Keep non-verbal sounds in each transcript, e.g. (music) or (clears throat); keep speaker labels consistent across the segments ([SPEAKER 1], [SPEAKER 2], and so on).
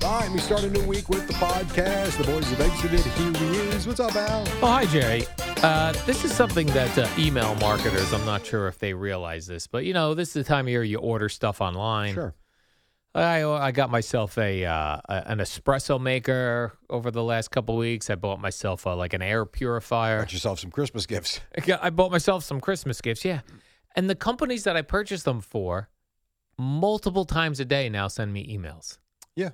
[SPEAKER 1] Time we start a new week with the podcast. The boys have exited. Here he is. What's up, Al?
[SPEAKER 2] Oh, hi, Jerry. Uh, this is something that uh, email marketers, I'm not sure if they realize this, but you know, this is the time of year you order stuff online.
[SPEAKER 1] Sure.
[SPEAKER 2] I, I got myself a, uh, a an espresso maker over the last couple weeks. I bought myself uh, like an air purifier.
[SPEAKER 1] Got yourself some Christmas gifts.
[SPEAKER 2] Yeah, I bought myself some Christmas gifts. Yeah. And the companies that I purchased them for multiple times a day now send me emails.
[SPEAKER 1] Yeah.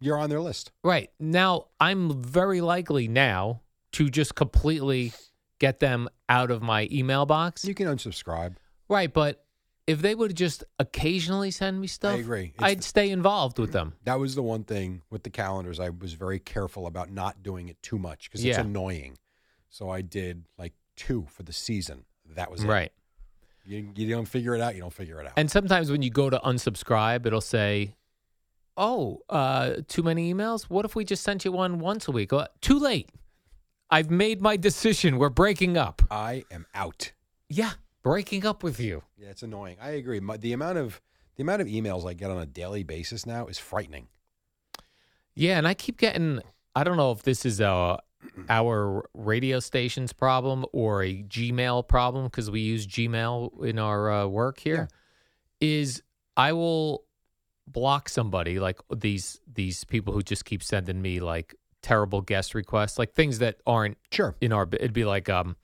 [SPEAKER 1] You're on their list.
[SPEAKER 2] Right. Now, I'm very likely now to just completely get them out of my email box.
[SPEAKER 1] You can unsubscribe.
[SPEAKER 2] right. But if they would just occasionally send me stuff,
[SPEAKER 1] agree. It's
[SPEAKER 2] I'd
[SPEAKER 1] the-
[SPEAKER 2] stay involved with them.
[SPEAKER 1] That was the one thing with the calendars. I was very careful about not doing it too much because
[SPEAKER 2] Yeah.
[SPEAKER 1] it's annoying. So I did like two for the season. That was it.
[SPEAKER 2] Right.
[SPEAKER 1] You, you don't figure it out. You don't figure it out.
[SPEAKER 2] And sometimes when you go to unsubscribe, it'll say, "Oh, uh, too many emails. What if we just sent you one once a week?" Uh, too late. I've made my decision. We're breaking up.
[SPEAKER 1] I am out.
[SPEAKER 2] Yeah, breaking up with you.
[SPEAKER 1] Yeah, it's annoying. I agree. My, the amount of the amount of emails I get on a daily basis now is frightening.
[SPEAKER 2] Yeah, and I keep getting. I don't know if this is a our radio station's problem or a Gmail problem because we use Gmail in our uh, work here. Is I will block somebody like these these people who just keep sending me like terrible guest requests, like things that aren't
[SPEAKER 1] Sure.
[SPEAKER 2] in our. It'd be like um.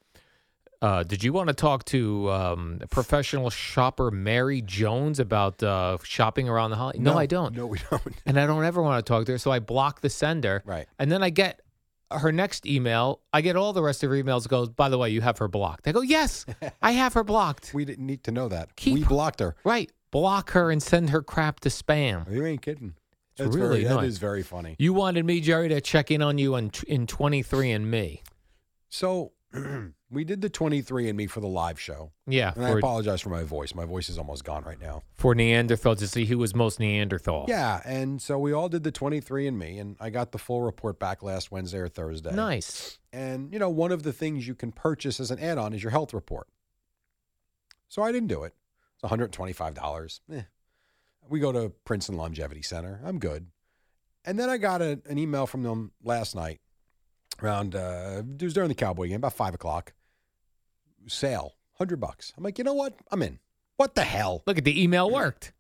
[SPEAKER 2] Uh, did you want to talk to um, professional shopper Mary Jones about uh, shopping around the holiday? No, I don't
[SPEAKER 1] No, we don't. (laughs)
[SPEAKER 2] and I don't ever want to talk to her. So I block the sender.
[SPEAKER 1] Right.
[SPEAKER 2] And then I get her next email. I get all the rest of her emails. Goes, by the way, you have her blocked. I go,
[SPEAKER 1] (laughs)
[SPEAKER 2] yes, I have her blocked.
[SPEAKER 1] We didn't need to know that.
[SPEAKER 2] Keep-
[SPEAKER 1] we blocked her.
[SPEAKER 2] right. Block her and send her crap to spam.
[SPEAKER 1] You ain't kidding.
[SPEAKER 2] It's really
[SPEAKER 1] very, that
[SPEAKER 2] annoying.
[SPEAKER 1] is very funny.
[SPEAKER 2] You wanted me, Jerry, to check in on you in, in 23 and me.
[SPEAKER 1] So (clears throat) we did the 23 and me for the live show.
[SPEAKER 2] Yeah.
[SPEAKER 1] And I
[SPEAKER 2] For,
[SPEAKER 1] apologize for my voice. My voice is almost gone right now.
[SPEAKER 2] for Neanderthal to see who was most Neanderthal.
[SPEAKER 1] Yeah, and so we all did the 23 and me and I got the full report back last Wednesday or Thursday.
[SPEAKER 2] Nice.
[SPEAKER 1] And you know, one of the things you can purchase as an add-on is your health report. So I didn't do it. It's $125. Eh. We go to Princeton Longevity Center. I'm good. And then I got a, an email from them last night around uh it was during the Cowboy game, about five o'clock. Sale, hundred bucks. I'm like, you know what? I'm in. What the hell?
[SPEAKER 2] Look at the email worked.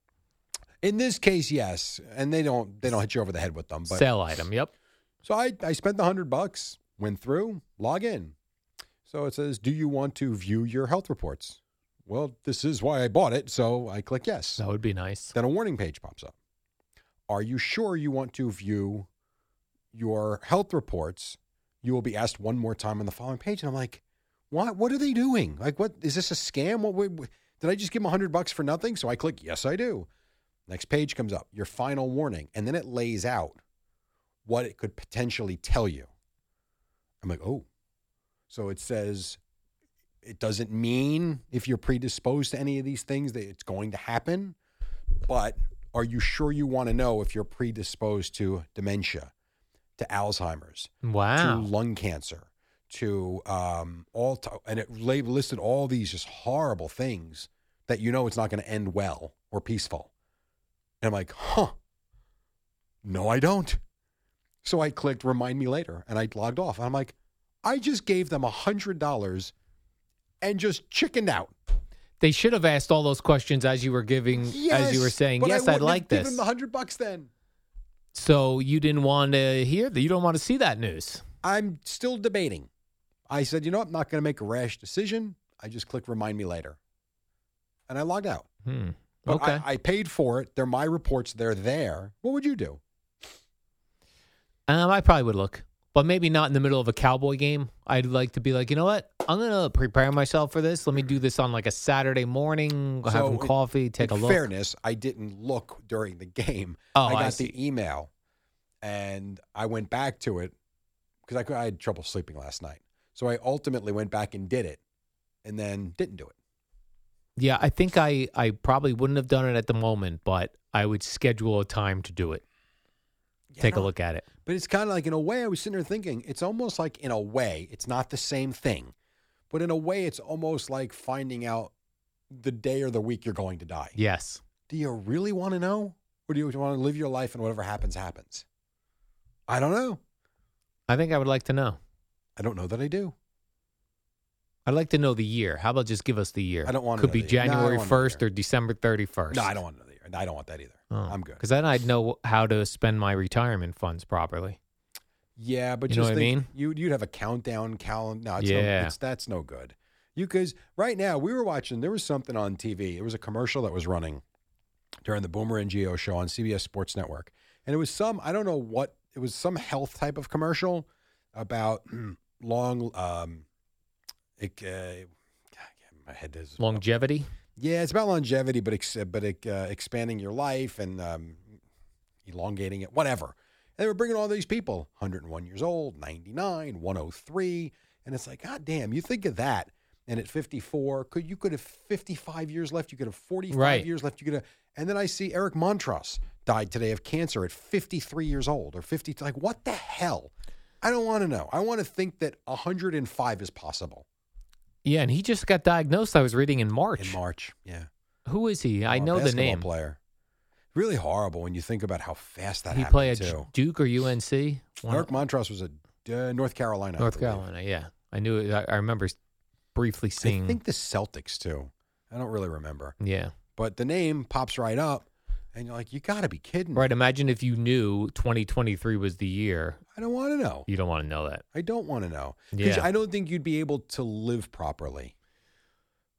[SPEAKER 1] In this case, yes. And they don't they don't hit you over the head with them. But
[SPEAKER 2] Sell item. Yep.
[SPEAKER 1] so I, I spent the hundred bucks, went through, log in. So it says, Do you want to view your health reports? Well, this is why I bought it. So I click yes.
[SPEAKER 2] That would be nice.
[SPEAKER 1] Then a warning page pops up. Are you sure you want to view your health reports? You will be asked one more time on the following page. And I'm like, What what are they doing? Like what is this a scam? What, what, what- did I just give them hundred bucks for nothing? So I click yes, I do. Next page comes up, your final warning, and then it lays out what it could potentially tell you. I'm like, oh. So it says it doesn't mean if you're predisposed to any of these things that it's going to happen, but are you sure you want to know if you're predisposed to dementia, to Alzheimer's, to
[SPEAKER 2] Wow.
[SPEAKER 1] lung cancer, to um, all, t- and it lab- listed all these just horrible things that you know it's not going to end well or peaceful. And I'm like, huh? No, I don't. So I clicked remind me later, and I logged off. And I'm like, I just gave them a hundred dollars, and just chickened out.
[SPEAKER 2] They should have asked all those questions as you were giving, as you were saying,
[SPEAKER 1] but
[SPEAKER 2] yes,
[SPEAKER 1] I
[SPEAKER 2] I'd like
[SPEAKER 1] give
[SPEAKER 2] this.
[SPEAKER 1] them the hundred bucks then.
[SPEAKER 2] So you didn't want to hear that. You don't want to see that news.
[SPEAKER 1] I'm still debating. I said, you know, what? I'm not going to make a rash decision. I just clicked remind me later, and I logged out.
[SPEAKER 2] Hmm.
[SPEAKER 1] But
[SPEAKER 2] okay.
[SPEAKER 1] I, I paid for it. They're my reports. They're there. What would you do?
[SPEAKER 2] um, I probably would look, but maybe not in the middle of a cowboy game. I'd like to be like, you know what? I'm gonna prepare myself for this. Let me do this on like a Saturday morning. Have
[SPEAKER 1] So
[SPEAKER 2] some
[SPEAKER 1] in-
[SPEAKER 2] coffee. Take a
[SPEAKER 1] in
[SPEAKER 2] look.
[SPEAKER 1] Fairness, I didn't look during the game.
[SPEAKER 2] Oh,
[SPEAKER 1] I
[SPEAKER 2] I
[SPEAKER 1] got
[SPEAKER 2] see.
[SPEAKER 1] the email, and I went back to it because I, cou- I had trouble sleeping last night. So I ultimately went back and did it, and then didn't do it.
[SPEAKER 2] Yeah, I think I I probably wouldn't have done it at the moment, but I would schedule a time to do it. Take a look at it.
[SPEAKER 1] But it's kind of like, in a way, I was sitting there thinking, it's almost like, in a way, it's not the same thing. But in a way, it's almost like finding out the day or the week you're going to die.
[SPEAKER 2] Yes.
[SPEAKER 1] Do you really want to know? Or do you want to live your life and whatever happens, happens? I don't know.
[SPEAKER 2] I think I would like to know.
[SPEAKER 1] I don't know that I do.
[SPEAKER 2] I'd like to know the year. How about just give us the year?
[SPEAKER 1] I don't wanna
[SPEAKER 2] Could
[SPEAKER 1] know
[SPEAKER 2] be
[SPEAKER 1] the year. No, I don't
[SPEAKER 2] January
[SPEAKER 1] wanna know the
[SPEAKER 2] first
[SPEAKER 1] year.
[SPEAKER 2] or December thirty first.
[SPEAKER 1] No, I don't want to know that either. I don't want that either.
[SPEAKER 2] Oh,
[SPEAKER 1] I'm good.
[SPEAKER 2] Because then I'd know how to spend my retirement funds properly.
[SPEAKER 1] Yeah, but
[SPEAKER 2] You know
[SPEAKER 1] just
[SPEAKER 2] what I
[SPEAKER 1] think
[SPEAKER 2] mean?
[SPEAKER 1] you you'd have a countdown calendar. No, it's no,
[SPEAKER 2] Yeah.
[SPEAKER 1] it's, that's no good. You guys, right now we were watching. There was something on TV. It was a commercial that was running during the Boomer and Geo show on CBS Sports Network, and it was some I don't know what it was some health type of commercial about (clears throat) long. Um, it, uh, God, my head is
[SPEAKER 2] Longevity.
[SPEAKER 1] yeah, it's about longevity, but ex- but uh, expanding your life and um, elongating it, whatever. And they were bringing all these people, 101 years old, 99, 103, and it's like, God damn, you think of that, and at 54, could you could have 55 years left, you could have 45
[SPEAKER 2] Right.
[SPEAKER 1] years left, you could have, and then I see Eric Montross died today of cancer at 53 years old or 50, like what the hell? I don't want to know. I want to think that 105 is possible
[SPEAKER 2] Yeah, and he just got diagnosed. I was reading in March.
[SPEAKER 1] in March. Yeah.
[SPEAKER 2] Who is he? I
[SPEAKER 1] Oh,
[SPEAKER 2] know the
[SPEAKER 1] basketball
[SPEAKER 2] name.
[SPEAKER 1] Player, really horrible when you think about how fast that
[SPEAKER 2] he
[SPEAKER 1] happened
[SPEAKER 2] played
[SPEAKER 1] too.
[SPEAKER 2] Duke or UNC. One-
[SPEAKER 1] Eric Montross was a uh, North Carolina. I
[SPEAKER 2] North
[SPEAKER 1] believe.
[SPEAKER 2] Carolina. Yeah, I knew. It. I, I remember briefly seeing.
[SPEAKER 1] I think the Celtics too. I don't really remember,
[SPEAKER 2] yeah.
[SPEAKER 1] but the name pops right up, and you're like, you got to be kidding! me.
[SPEAKER 2] Right. Imagine if you knew 2023 was the year.
[SPEAKER 1] I don't want to know.
[SPEAKER 2] You don't want to know that.
[SPEAKER 1] I don't want to know 'Cause
[SPEAKER 2] Yeah.
[SPEAKER 1] I don't think you'd be able to live properly.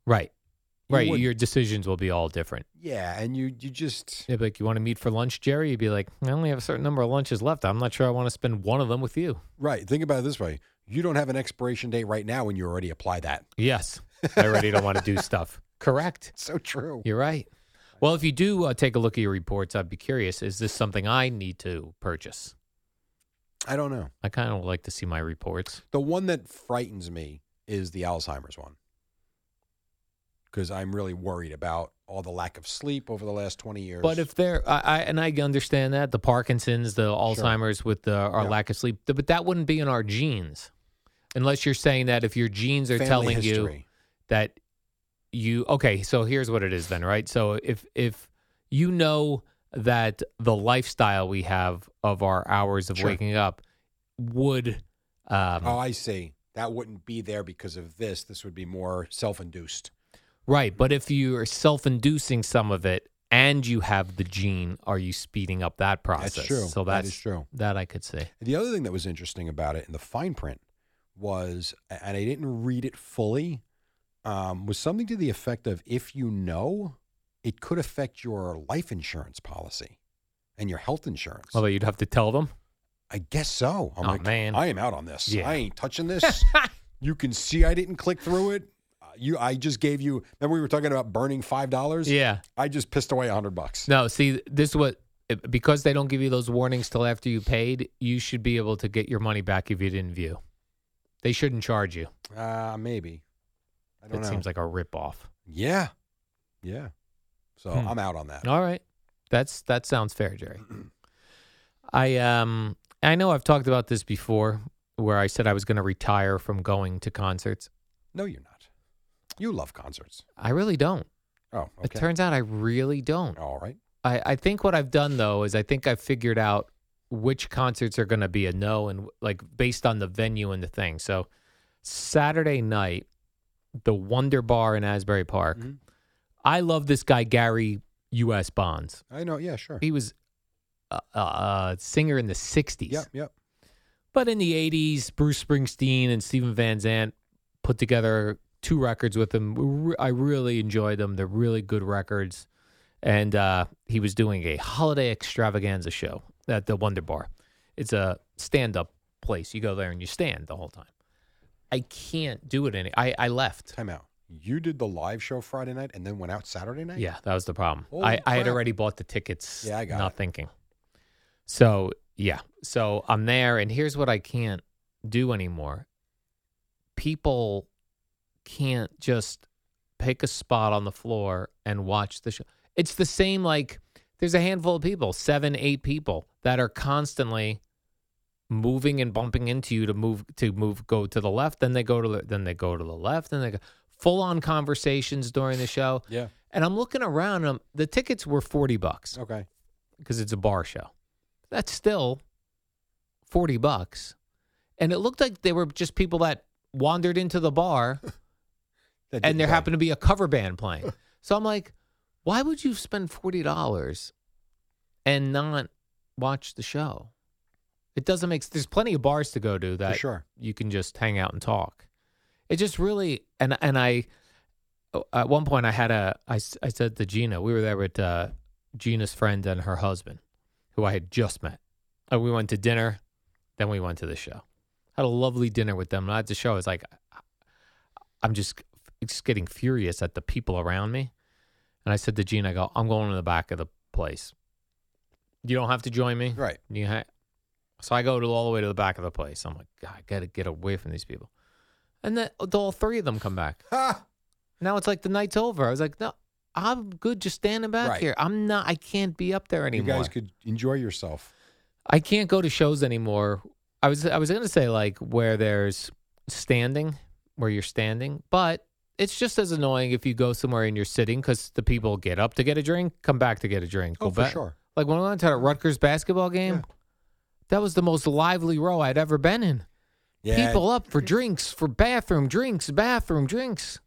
[SPEAKER 2] Right.
[SPEAKER 1] You
[SPEAKER 2] Right.
[SPEAKER 1] wouldn't.
[SPEAKER 2] Your decisions will be all different.
[SPEAKER 1] Yeah, and you you just
[SPEAKER 2] They'd be like, you want to meet for lunch, Jerry? You'd be like, I only have a certain number of lunches left. I'm not sure I want to spend one of them with you.
[SPEAKER 1] right. Think about it this way: you don't have an expiration date right now, and you already apply that. (laughs)
[SPEAKER 2] Yes. I already don't want to do stuff. (laughs) Correct.
[SPEAKER 1] So true.
[SPEAKER 2] You're right. Well, if you do uh, take a look at your reports, I'd be curious. Is this something I need to purchase?
[SPEAKER 1] I don't know.
[SPEAKER 2] I kind of like to see my reports.
[SPEAKER 1] The one that frightens me is the Alzheimer's one. Because I'm really worried about all the lack of sleep over the last 20 years.
[SPEAKER 2] But if there, I, I and I understand that the Parkinson's, the Alzheimer's with the, our
[SPEAKER 1] Yeah.
[SPEAKER 2] lack of sleep, but that wouldn't be in our genes, unless you're saying that if your genes are
[SPEAKER 1] Family
[SPEAKER 2] telling you
[SPEAKER 1] history.
[SPEAKER 2] that you okay so here's what it is then right so if if you know that the lifestyle we have of our hours of
[SPEAKER 1] Sure.
[SPEAKER 2] waking up would um,
[SPEAKER 1] oh, I see. That wouldn't be there because of this. This would be more self induced.
[SPEAKER 2] right but if you are self-inducing some of it and you have the gene are you speeding up that process
[SPEAKER 1] true.
[SPEAKER 2] so
[SPEAKER 1] That
[SPEAKER 2] that's
[SPEAKER 1] is true.
[SPEAKER 2] that i could say
[SPEAKER 1] The other thing that was interesting about it in the fine print was, and I didn't read it fully, um, was something to the effect of if you know, it could affect your life insurance policy and your health insurance.
[SPEAKER 2] although you'd have to tell them
[SPEAKER 1] I guess so. I'm
[SPEAKER 2] Oh,
[SPEAKER 1] like,
[SPEAKER 2] man.
[SPEAKER 1] I am out on this.
[SPEAKER 2] Yeah.
[SPEAKER 1] I ain't
[SPEAKER 2] (laughs)
[SPEAKER 1] touching this. you can see I didn't click through it. Uh, You, I just gave you. Remember we were talking about burning five dollars.
[SPEAKER 2] yeah
[SPEAKER 1] I just pissed away a hundred bucks.
[SPEAKER 2] no see this is what because they don't give you those warnings till after you paid you should be able to get your money back if you didn't view they shouldn't charge you
[SPEAKER 1] Uh, maybe. I
[SPEAKER 2] It
[SPEAKER 1] don't know.
[SPEAKER 2] seems like a ripoff.
[SPEAKER 1] yeah, yeah. So
[SPEAKER 2] Hmm.
[SPEAKER 1] I'm out on that.
[SPEAKER 2] All right, that's that sounds fair, Jerry. (clears throat) I um I know I've talked about this before, where I said I was going to retire from going to concerts.
[SPEAKER 1] No, you're not. You love concerts.
[SPEAKER 2] I really don't.
[SPEAKER 1] Oh, okay.
[SPEAKER 2] It turns out I really don't.
[SPEAKER 1] All right.
[SPEAKER 2] I I think what I've done though is I think I've figured out which concerts are going to be a no, and like based on the venue and the thing. So Saturday night, the Wonder Bar in Asbury Park.
[SPEAKER 1] Mhm.
[SPEAKER 2] I love this guy Gary U.S. Bonds.
[SPEAKER 1] I know. Yeah, sure.
[SPEAKER 2] he was a, a, a singer in the 60s.
[SPEAKER 1] Yep, yep.
[SPEAKER 2] But in the 80s, Bruce Springsteen and Stephen Van Zandt put together two records with him. We re- I really enjoyed them. They're really good records. And uh, he was doing a holiday extravaganza show at the Wonder Bar. It's a stand up place. You go there and you stand the whole time. I can't do it any. I, I left.
[SPEAKER 1] Time out. You did the live show Friday night and then went out Saturday night?
[SPEAKER 2] Yeah, that was the problem.
[SPEAKER 1] Holy
[SPEAKER 2] I, I had
[SPEAKER 1] crap.
[SPEAKER 2] already bought the tickets.
[SPEAKER 1] Yeah, I got
[SPEAKER 2] not
[SPEAKER 1] it.
[SPEAKER 2] thinking. So yeah, so I'm there, and here's what I can't do anymore. People can't just pick a spot on the floor and watch the show. It's the same like there's a handful of people, seven, eight people that are constantly moving and bumping into you to move to move go to the left, then they go to the, then they go to the left, then they go full on conversations during the show.
[SPEAKER 1] Yeah.
[SPEAKER 2] And I'm looking around. And I'm, the tickets were forty bucks
[SPEAKER 1] Okay.
[SPEAKER 2] because it's a bar show. That's still forty bucks, and it looked like they were just people that wandered into the bar,
[SPEAKER 1] That didn't
[SPEAKER 2] and there
[SPEAKER 1] play.
[SPEAKER 2] happened to be a cover band
[SPEAKER 1] (laughs)
[SPEAKER 2] playing. so I'm like, why would you spend forty dollars and not watch the show? It doesn't make. s- There's plenty of bars to go to that
[SPEAKER 1] For sure.
[SPEAKER 2] you can just hang out and talk. It just really and and I uh, at one point I had a I, s- I said to Gina we were there with uh, Gina's friend and her husband who I had just met. And we went to dinner, then we went to the show. Had a lovely dinner with them. And at the show, it's like I'm just it's just getting furious at the people around me. And I said to Gina, I go, I'm going to the back of the place. You don't have to join me.
[SPEAKER 1] Right.
[SPEAKER 2] You ha- so I go to all the way to the back of the place. I'm like, God, I gotta get away from these people. And then uh, the- all three of them come back.
[SPEAKER 1] Ha!
[SPEAKER 2] Now it's like the night's over. I was like, no, I'm good just standing back
[SPEAKER 1] Right.
[SPEAKER 2] here. I'm not. I can't be up there
[SPEAKER 1] You
[SPEAKER 2] anymore.
[SPEAKER 1] guys could enjoy yourself.
[SPEAKER 2] I can't go to shows anymore. I was I was gonna say like where there's standing, where you're standing, but it's just as annoying if you go somewhere and you're sitting because the people get up to get a drink, come back to get a drink.
[SPEAKER 1] Oh,
[SPEAKER 2] go
[SPEAKER 1] for
[SPEAKER 2] back.
[SPEAKER 1] sure.
[SPEAKER 2] Like when I went to that Rutgers basketball game, that was the most lively row I'd ever been in.
[SPEAKER 1] Yeah.
[SPEAKER 2] People up for drinks, for bathroom drinks, bathroom drinks.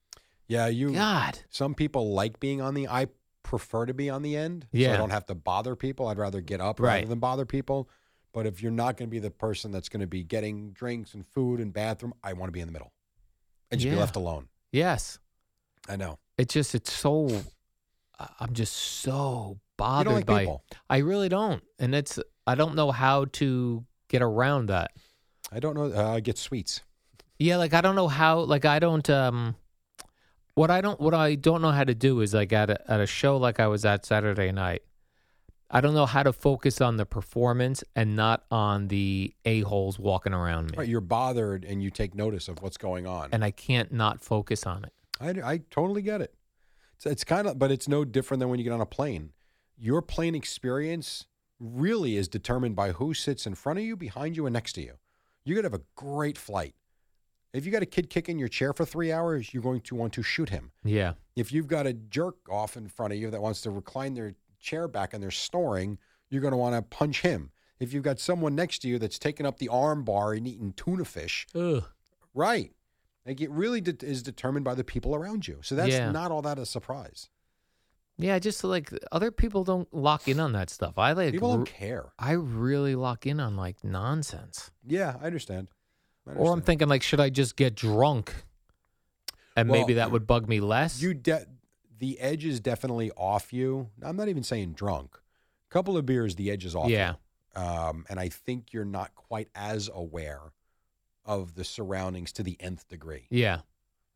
[SPEAKER 1] Yeah, you
[SPEAKER 2] God.
[SPEAKER 1] some people like being on the I prefer to be on the end. So
[SPEAKER 2] Yeah.
[SPEAKER 1] I don't have to bother people. I'd rather get up
[SPEAKER 2] Right.
[SPEAKER 1] rather than bother people. But if you're not going to be the person that's going to be getting drinks and food and bathroom, I want to be in the middle and just be
[SPEAKER 2] Yeah.
[SPEAKER 1] left alone.
[SPEAKER 2] Yes.
[SPEAKER 1] I know.
[SPEAKER 2] It just it's so I- I'm just so
[SPEAKER 1] you
[SPEAKER 2] bothered
[SPEAKER 1] don't like
[SPEAKER 2] by
[SPEAKER 1] people.
[SPEAKER 2] I really don't. And it's I don't know how to get around that.
[SPEAKER 1] I don't know. Uh, I get sweets.
[SPEAKER 2] Yeah, like I don't know how like I don't um what I don't what I don't know how to do is like at a, at a show like I was at Saturday night. I don't know how to focus on the performance and not on the a-holes walking around me.
[SPEAKER 1] Right, you're bothered and you take notice of what's going on.
[SPEAKER 2] And I can't not focus on it.
[SPEAKER 1] I, I totally get it. It's, it's kind of, but it's no different than when you get on a plane. Your plane experience really is determined by who sits in front of you, behind you, and next to you. You're going to have a great flight. If you got a kid kicking your chair for three hours, you're going to want to shoot him.
[SPEAKER 2] Yeah.
[SPEAKER 1] If you've got a jerk off in front of you that wants to recline their chair back and they're snoring, you're going to want to punch him. If you've got someone next to you that's taking up the arm bar and eating tuna fish,
[SPEAKER 2] Ugh.
[SPEAKER 1] Right. Like it really de- is determined by the people around you. So that's
[SPEAKER 2] Yeah.
[SPEAKER 1] not all that a surprise.
[SPEAKER 2] Yeah, just like other people don't lock in on that stuff. I like
[SPEAKER 1] people don't
[SPEAKER 2] r-
[SPEAKER 1] care.
[SPEAKER 2] I really lock in on like nonsense.
[SPEAKER 1] Yeah, I understand. I
[SPEAKER 2] Or I'm
[SPEAKER 1] understand.
[SPEAKER 2] thinking like, should I just get drunk? And
[SPEAKER 1] Well,
[SPEAKER 2] maybe that would bug me less.
[SPEAKER 1] you de- the edge is definitely off you. I'm not even saying drunk. A couple of beers, the edge is off. you.
[SPEAKER 2] Yeah.
[SPEAKER 1] Um, and I think you're not quite as aware of the surroundings to the nth degree.
[SPEAKER 2] yeah.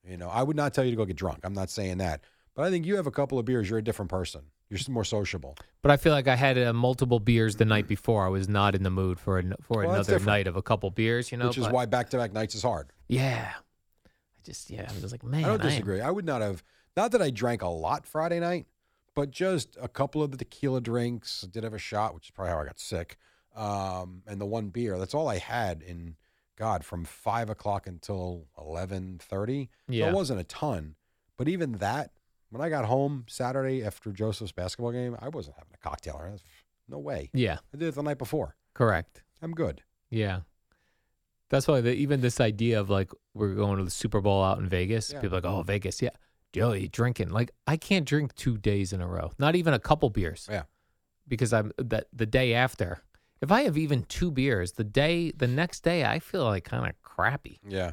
[SPEAKER 1] You know, I would not tell you to go get drunk. I'm not saying that. But I think you have a couple of beers, you're a different person. You're s- more sociable.
[SPEAKER 2] But I feel like I had uh, multiple beers the night before. I was not in the mood for an, for
[SPEAKER 1] Well, that's
[SPEAKER 2] another
[SPEAKER 1] different.
[SPEAKER 2] night of a couple beers, you know.
[SPEAKER 1] which is
[SPEAKER 2] but-
[SPEAKER 1] why back to back nights is hard.
[SPEAKER 2] Yeah. I just yeah, I'm just like man.
[SPEAKER 1] I don't
[SPEAKER 2] am-
[SPEAKER 1] disagree. I would not have. Not that I drank a lot Friday night, but just a couple of the tequila drinks. I did have a shot, which is probably how I got sick. Um, and the one beer. That's all I had in God from five o'clock until eleven thirty.
[SPEAKER 2] Yeah.
[SPEAKER 1] it wasn't a ton, but even that. When I got home Saturday after Joseph's basketball game, I wasn't having a cocktail. or anything. No way.
[SPEAKER 2] yeah,
[SPEAKER 1] I did it the night before.
[SPEAKER 2] correct.
[SPEAKER 1] I'm good.
[SPEAKER 2] Yeah. That's why the, even this idea of like we're going to the Super Bowl out in Vegas.
[SPEAKER 1] Yeah.
[SPEAKER 2] People are like, oh, Vegas, yeah. Joe, you drinking? Like I can't drink two days in a row. Not even a couple beers.
[SPEAKER 1] Yeah.
[SPEAKER 2] Because I'm that the day after. If I have even two beers, the day the next day I feel like kind of crappy,
[SPEAKER 1] Yeah.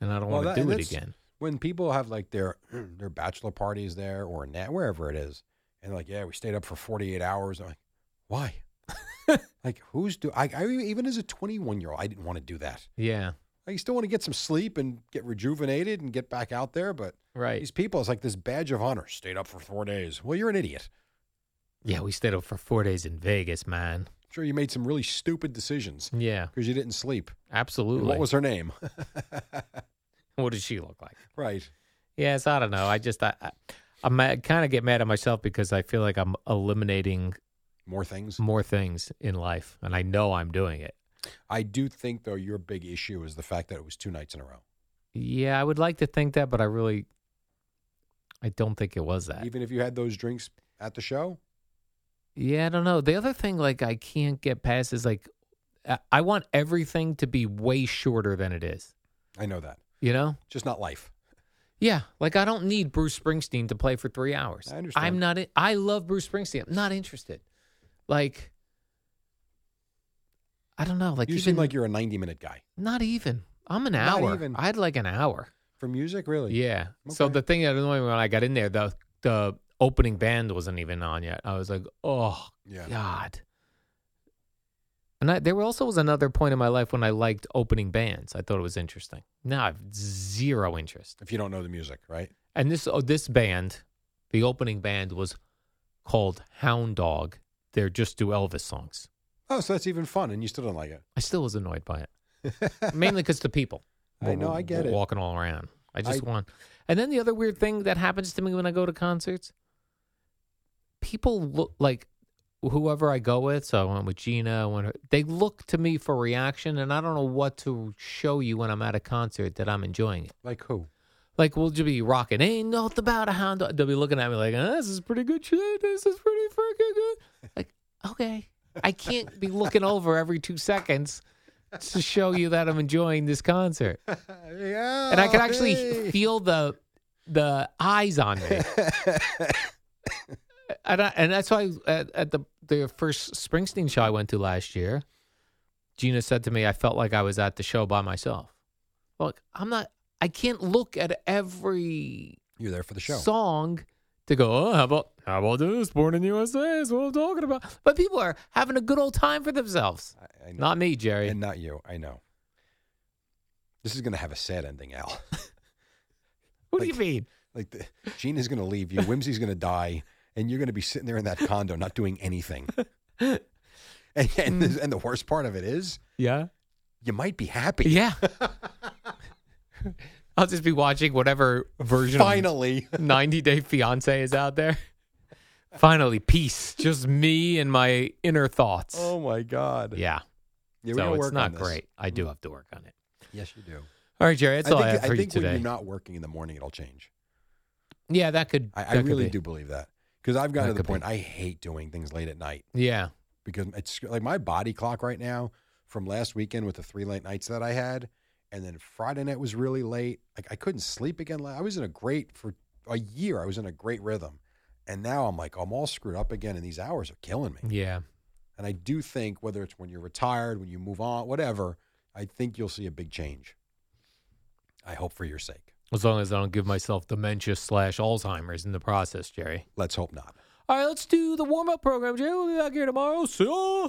[SPEAKER 2] and I don't want
[SPEAKER 1] Well, that-
[SPEAKER 2] to
[SPEAKER 1] and
[SPEAKER 2] do it
[SPEAKER 1] that's-
[SPEAKER 2] again.
[SPEAKER 1] when people have like their (clears throat) their bachelor parties there or net wherever it is, and like, yeah, we stayed up for forty eight hours. I'm like,
[SPEAKER 2] (laughs)
[SPEAKER 1] why? like, who's do? I, I even as a twenty one year old, I didn't want to do that.
[SPEAKER 2] Yeah.
[SPEAKER 1] Like, you still want to get some sleep and get rejuvenated and get back out there, but
[SPEAKER 2] Right.
[SPEAKER 1] these people, it's like this badge of honor. Stayed up for four days. Well, you're an idiot.
[SPEAKER 2] Yeah, we stayed up for four days in Vegas, man.
[SPEAKER 1] sure, you made some really stupid decisions
[SPEAKER 2] Yeah,
[SPEAKER 1] because you didn't sleep. And
[SPEAKER 2] absolutely.
[SPEAKER 1] What was her name? (laughs)
[SPEAKER 2] What did she look like?
[SPEAKER 1] right.
[SPEAKER 2] Yes, I don't know. I just I, I I'm kind of get mad at myself because I feel like I'm eliminating
[SPEAKER 1] More things.
[SPEAKER 2] more things in life, and I know I'm doing it.
[SPEAKER 1] I do think though your big issue is the fact that it was two nights in a row.
[SPEAKER 2] Yeah, I would like to think that, but I really, I don't think it was that.
[SPEAKER 1] Even if you had those drinks at the show,
[SPEAKER 2] Yeah, I don't know. The other thing, like, I can't get past is like, I- I want everything to be way shorter than it is.
[SPEAKER 1] I know that.
[SPEAKER 2] You know?
[SPEAKER 1] Just not life.
[SPEAKER 2] Yeah, like I don't need Bruce Springsteen to play for three hours.
[SPEAKER 1] I understand.
[SPEAKER 2] I'm not. In, I love Bruce Springsteen. I'm not interested. Like, I don't know. Like
[SPEAKER 1] you
[SPEAKER 2] even,
[SPEAKER 1] seem like you're a 90 minute guy
[SPEAKER 2] not even. I'm an
[SPEAKER 1] Not
[SPEAKER 2] hour.
[SPEAKER 1] even.
[SPEAKER 2] I'd like an hour.
[SPEAKER 1] for music, really.
[SPEAKER 2] Yeah. So
[SPEAKER 1] Okay.
[SPEAKER 2] the thing that annoyed me when I got in there, the the opening band wasn't even on yet. I was like, oh
[SPEAKER 1] Yeah.
[SPEAKER 2] God. And I, there also was another point in my life when I liked opening bands. I thought it was interesting. Now I have zero interest.
[SPEAKER 1] If you don't know the music, right?
[SPEAKER 2] And this oh, this band, the opening band was called Hound Dog. They're just do Elvis songs.
[SPEAKER 1] Oh, so that's even fun, and you still don't like it.
[SPEAKER 2] I still was annoyed by it,
[SPEAKER 1] (laughs)
[SPEAKER 2] mainly because the people.
[SPEAKER 1] I know, I get it.
[SPEAKER 2] Walking all around. I just
[SPEAKER 1] I-
[SPEAKER 2] want. And then the other weird thing that happens to me when I go to concerts, people look like whoever I go with. So I went with Gina. I went. her- They look to me for reaction, and I don't know what to show you when I'm at a concert that I'm enjoying it.
[SPEAKER 1] Like who?
[SPEAKER 2] Like, we'll just be rocking. Ain't nothing about a hound dog. They'll be looking at me like, "Uh, this is pretty good shit. This is pretty freaking good. Like, okay. I can't be looking over every two seconds to show you that I'm enjoying this concert.
[SPEAKER 1] Yeah.
[SPEAKER 2] And I can actually feel the the eyes on
[SPEAKER 1] (laughs)
[SPEAKER 2] me. and, I, and that's why at, at the, the first Springsteen show I went to last year, Gina said to me, I felt like I was at the show by myself. Look, I'm not, I can't look at every
[SPEAKER 1] You're there for the show.
[SPEAKER 2] song to go, oh, how about how about this? Born in the USA is what I'm talking about. But people are having a good old time for themselves.
[SPEAKER 1] I, I know.
[SPEAKER 2] Not me, Jerry.
[SPEAKER 1] And not you. I know. This is going to have a sad ending, Al. (laughs)
[SPEAKER 2] what do you mean?
[SPEAKER 1] Like the, Gina's going to leave
[SPEAKER 2] (laughs)
[SPEAKER 1] you, Whimsy's going to die, and you're going to be sitting there in that condo not doing
[SPEAKER 2] (laughs)
[SPEAKER 1] anything. And and the, and the worst part of it is
[SPEAKER 2] Yeah.
[SPEAKER 1] you might be happy.
[SPEAKER 2] Yeah. (laughs) I'll just be watching whatever version
[SPEAKER 1] (laughs) Finally,
[SPEAKER 2] of 90 Day Fiance is out there. Finally, peace. Just me and my inner thoughts.
[SPEAKER 1] oh my God!
[SPEAKER 2] yeah.
[SPEAKER 1] yeah we
[SPEAKER 2] so
[SPEAKER 1] gotta
[SPEAKER 2] it's
[SPEAKER 1] work
[SPEAKER 2] not
[SPEAKER 1] on this.
[SPEAKER 2] great. I do have to work on it.
[SPEAKER 1] Yes, you do.
[SPEAKER 2] All right, Jerry, that's all I
[SPEAKER 1] think,
[SPEAKER 2] have for
[SPEAKER 1] think
[SPEAKER 2] you
[SPEAKER 1] when
[SPEAKER 2] today.
[SPEAKER 1] you're not working in the morning, it'll change.
[SPEAKER 2] yeah, that could.
[SPEAKER 1] I, I
[SPEAKER 2] that could
[SPEAKER 1] really
[SPEAKER 2] be.
[SPEAKER 1] do believe that because I've gotten
[SPEAKER 2] That
[SPEAKER 1] to the
[SPEAKER 2] could
[SPEAKER 1] point
[SPEAKER 2] be.
[SPEAKER 1] I hate doing things late at night
[SPEAKER 2] Yeah.
[SPEAKER 1] because it's like my body clock right now from last weekend with the three late nights that I had, and then Friday night was really late. Like I couldn't sleep again. la- I was in a great for a year. I was in a great rhythm, and now I'm like I'm all screwed up again, and these hours are killing me.
[SPEAKER 2] Yeah.
[SPEAKER 1] And I do think whether it's when you're retired, when you move on, whatever, I think you'll see a big change. I hope for your sake.
[SPEAKER 2] As long as I don't give myself dementia slash Alzheimer's in the process, Jerry.
[SPEAKER 1] Let's hope not.
[SPEAKER 2] All right, let's do the warm up program, Jerry. We'll be back here tomorrow. See ya.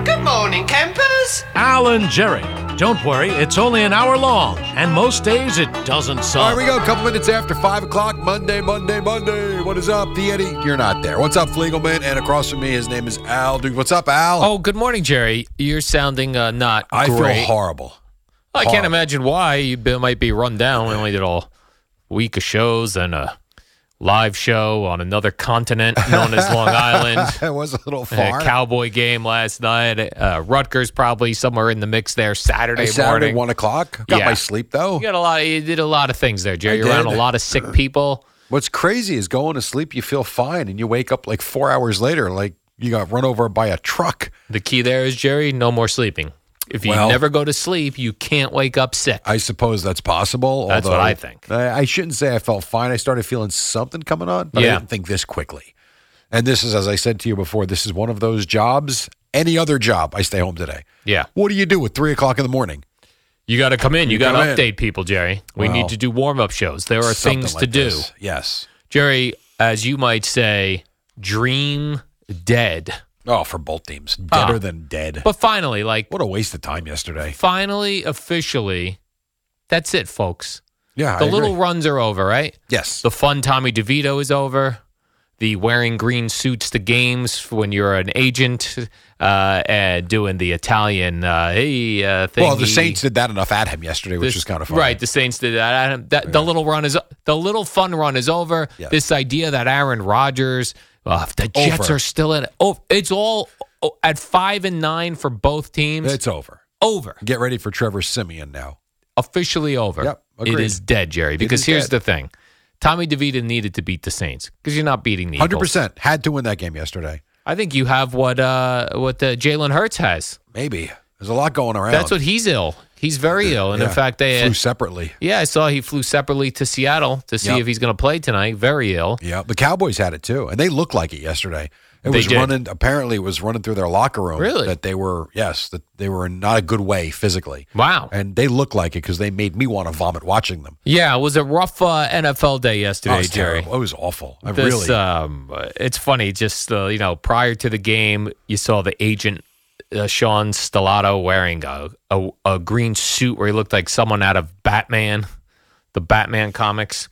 [SPEAKER 3] Good morning, campers.
[SPEAKER 4] and Jerry. Don't worry, it's only an hour long, and most days it doesn't suck.
[SPEAKER 1] All right, we go. A couple minutes after 5 o'clock, Monday, Monday, Monday. What is up, the Eddie? You're not there. What's up, Fliegelman? And across from me, his name is Al Duke. What's up, Al?
[SPEAKER 2] Oh, good morning, Jerry. You're sounding uh, not
[SPEAKER 1] I
[SPEAKER 2] great.
[SPEAKER 1] feel horrible. (laughs)
[SPEAKER 2] I can't
[SPEAKER 1] horrible.
[SPEAKER 2] imagine why you be- might be run down. We only did a week of shows and a live show on another continent known as
[SPEAKER 1] (laughs)
[SPEAKER 2] Long Island.
[SPEAKER 1] That was a little
[SPEAKER 2] A
[SPEAKER 1] far.
[SPEAKER 2] Cowboy game last night. Uh, Rutgers probably somewhere in the mix there Saturday,
[SPEAKER 1] Hey, Saturday,
[SPEAKER 2] morning.
[SPEAKER 1] 1 o'clock. Got
[SPEAKER 2] Yeah.
[SPEAKER 1] my sleep, though.
[SPEAKER 2] You got a lot. You did a lot of things there, Jerry. You're around a
[SPEAKER 1] did.
[SPEAKER 2] lot of sick people.
[SPEAKER 1] What's crazy is going to sleep, you feel fine, and you wake up like four hours later, like you got run over by a truck.
[SPEAKER 2] The key there is Jerry. No more sleeping. If you
[SPEAKER 1] Well-
[SPEAKER 2] never go to sleep, you can't wake up sick.
[SPEAKER 1] I suppose that's possible.
[SPEAKER 2] That's what
[SPEAKER 1] although
[SPEAKER 2] I think.
[SPEAKER 1] I, I shouldn't say I felt fine. I started feeling something coming on, but I
[SPEAKER 2] Yeah.
[SPEAKER 1] didn't think this quickly. And this is, as I said to you before, this is one of those jobs. Any other job, I stay home today.
[SPEAKER 2] yeah,
[SPEAKER 1] What do you do at three o'clock in the morning?
[SPEAKER 2] you got to come in. You, got
[SPEAKER 1] come in.
[SPEAKER 2] to update people, Jerry. We
[SPEAKER 1] Well,
[SPEAKER 2] need to do warm up shows. There are
[SPEAKER 1] Something
[SPEAKER 2] things
[SPEAKER 1] like
[SPEAKER 2] to do,
[SPEAKER 1] this. Yes.
[SPEAKER 2] Jerry. As you might say, dream dead.
[SPEAKER 1] Oh, for both teams, deader than dead.
[SPEAKER 2] Ah. But finally, like
[SPEAKER 1] What a waste of time yesterday.
[SPEAKER 2] finally, officially, that's it, folks.
[SPEAKER 1] Yeah,
[SPEAKER 2] The
[SPEAKER 1] I
[SPEAKER 2] little
[SPEAKER 1] agree.
[SPEAKER 2] runs are over, right?
[SPEAKER 1] yes.
[SPEAKER 2] The fun Tommy DeVito is over. The wearing green suits to games when you're an agent uh, and doing the Italian uh, hey uh, thing.
[SPEAKER 1] well, the
[SPEAKER 2] he-
[SPEAKER 1] Saints did that enough at him yesterday, which
[SPEAKER 2] this-
[SPEAKER 1] is kind of fun.
[SPEAKER 2] Right, the Saints did that. Adam- that The little run is the little fun run is over.
[SPEAKER 1] Yes.
[SPEAKER 2] This idea that Aaron Rodgers, uh, the Jets
[SPEAKER 1] Over.
[SPEAKER 2] are still in. Oh, it's all oh, at five and nine for both teams.
[SPEAKER 1] It's over.
[SPEAKER 2] over,
[SPEAKER 1] Get ready for Trevor Simeon now.
[SPEAKER 2] officially over.
[SPEAKER 1] Yep,
[SPEAKER 2] it
[SPEAKER 1] agreed.
[SPEAKER 2] is dead, Jerry. Because
[SPEAKER 1] is
[SPEAKER 2] here's
[SPEAKER 1] dead.
[SPEAKER 2] the thing: Tommy DeVito needed to beat the Saints because you're not beating the
[SPEAKER 1] Hundred
[SPEAKER 2] Eagles.
[SPEAKER 1] percent had to win that game yesterday.
[SPEAKER 2] I think you have what uh, what uh, Jalen Hurts has.
[SPEAKER 1] Maybe there's a lot going around.
[SPEAKER 2] That's what he's ill. He's very ill, and in
[SPEAKER 1] Yeah.
[SPEAKER 2] fact, they
[SPEAKER 1] flew separately.
[SPEAKER 2] yeah, I saw he flew separately to Seattle to see
[SPEAKER 1] Yep.
[SPEAKER 2] if he's going to play tonight. Very ill.
[SPEAKER 1] Yeah, the Cowboys had it too, and they looked like it yesterday. It
[SPEAKER 2] They
[SPEAKER 1] was
[SPEAKER 2] did.
[SPEAKER 1] running. Apparently, it was running through their locker room.
[SPEAKER 2] Really?
[SPEAKER 1] That they were yes, that they were in not a good way physically,
[SPEAKER 2] Wow.
[SPEAKER 1] and they looked like it because they made me want to vomit watching them.
[SPEAKER 2] yeah, it was a rough uh, NFL day yesterday,
[SPEAKER 1] it was
[SPEAKER 2] Jerry.
[SPEAKER 1] Oh, terrible. It was awful. I
[SPEAKER 2] This,
[SPEAKER 1] really.
[SPEAKER 2] um, it's funny. Just uh, you know, prior to the game, you saw the agent uh, Sean Stellato wearing a, a a green suit where he looked like someone out of Batman, the Batman comics.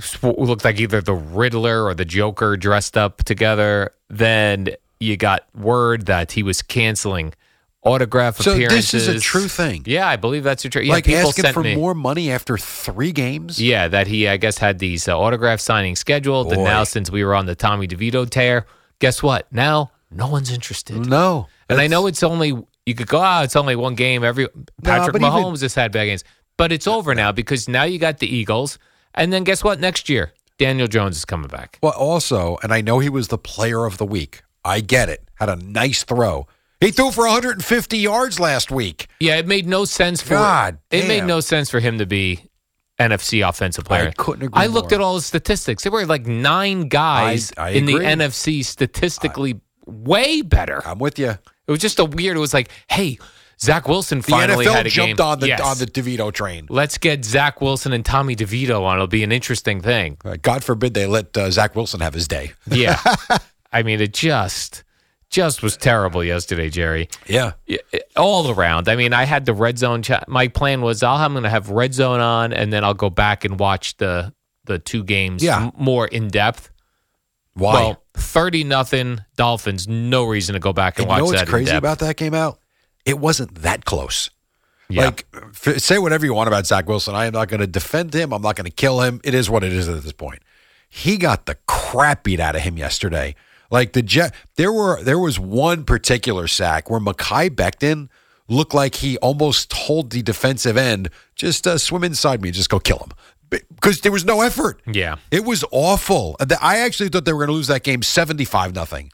[SPEAKER 2] Sw- Looked like either the Riddler or the Joker dressed up together. Then you got word that he was canceling autograph
[SPEAKER 1] So
[SPEAKER 2] appearances.
[SPEAKER 1] this is a true thing?
[SPEAKER 2] Yeah, I believe that's a true. Yeah,
[SPEAKER 1] like
[SPEAKER 2] people
[SPEAKER 1] asking
[SPEAKER 2] sent
[SPEAKER 1] for
[SPEAKER 2] me.
[SPEAKER 1] more money after three games.
[SPEAKER 2] Yeah, that he I guess had these uh, autograph signing scheduled, and
[SPEAKER 1] Boy.
[SPEAKER 2] now since we were on the Tommy DeVito tear, guess what? Now no one's interested.
[SPEAKER 1] No,
[SPEAKER 2] and I
[SPEAKER 1] That's-
[SPEAKER 2] know it's only you could go ah, it's only one game. Every Patrick
[SPEAKER 1] but even-
[SPEAKER 2] Mahomes has had bad games, but it's over now because now you got the Eagles, and then guess what? Next year Daniel Jones is coming back.
[SPEAKER 1] Well, also, and I know he was the player of the week. I get it. Had a nice throw. He threw for 150 yards last week.
[SPEAKER 2] Yeah, it made no sense for
[SPEAKER 1] God
[SPEAKER 2] it made
[SPEAKER 1] damn.
[SPEAKER 2] no sense for him to be. NFC offensive player.
[SPEAKER 1] I couldn't agree
[SPEAKER 2] I looked
[SPEAKER 1] more.
[SPEAKER 2] at all the statistics. There were like nine guys
[SPEAKER 1] I
[SPEAKER 2] in
[SPEAKER 1] agree.
[SPEAKER 2] the NFC statistically way better.
[SPEAKER 1] I'm with you.
[SPEAKER 2] It was just a weird. It was like, hey, Zach Wilson
[SPEAKER 1] The
[SPEAKER 2] finally
[SPEAKER 1] NFL
[SPEAKER 2] had a
[SPEAKER 1] jumped
[SPEAKER 2] game.
[SPEAKER 1] on the
[SPEAKER 2] Yes.
[SPEAKER 1] on the DeVito train.
[SPEAKER 2] Let's get Zach Wilson and Tommy DeVito on. It'll be an interesting thing.
[SPEAKER 1] Uh, God forbid they let uh, Zach Wilson have his day. (laughs)
[SPEAKER 2] Yeah, I mean, it just just was terrible yesterday, Jerry.
[SPEAKER 1] Yeah.
[SPEAKER 2] Yeah, it- All around. I mean, I had the red zone. Cha- My plan was I'll, I'm going to have red zone on, and then I'll go back and watch the the two games
[SPEAKER 1] Yeah.
[SPEAKER 2] m- more in depth.
[SPEAKER 1] Why?
[SPEAKER 2] Well, thirty nothing Dolphins. No reason to go back and,
[SPEAKER 1] And you
[SPEAKER 2] watch
[SPEAKER 1] know what's
[SPEAKER 2] that. in
[SPEAKER 1] crazy
[SPEAKER 2] depth.
[SPEAKER 1] about that game out? It wasn't that close.
[SPEAKER 2] Yeah.
[SPEAKER 1] Like, f- say whatever you want about Zach Wilson. I am not going to defend him. I'm not going to kill him. It is what it is at this point. He got the crap beat out of him yesterday. Like the jet, there were there was one particular sack where Makai Becton looked like he almost told the defensive end, "Just uh, swim inside me, and just go kill him," B- because there was no effort.
[SPEAKER 2] Yeah.
[SPEAKER 1] It was awful. Th- I actually thought they were going to lose that game seventy five nothing.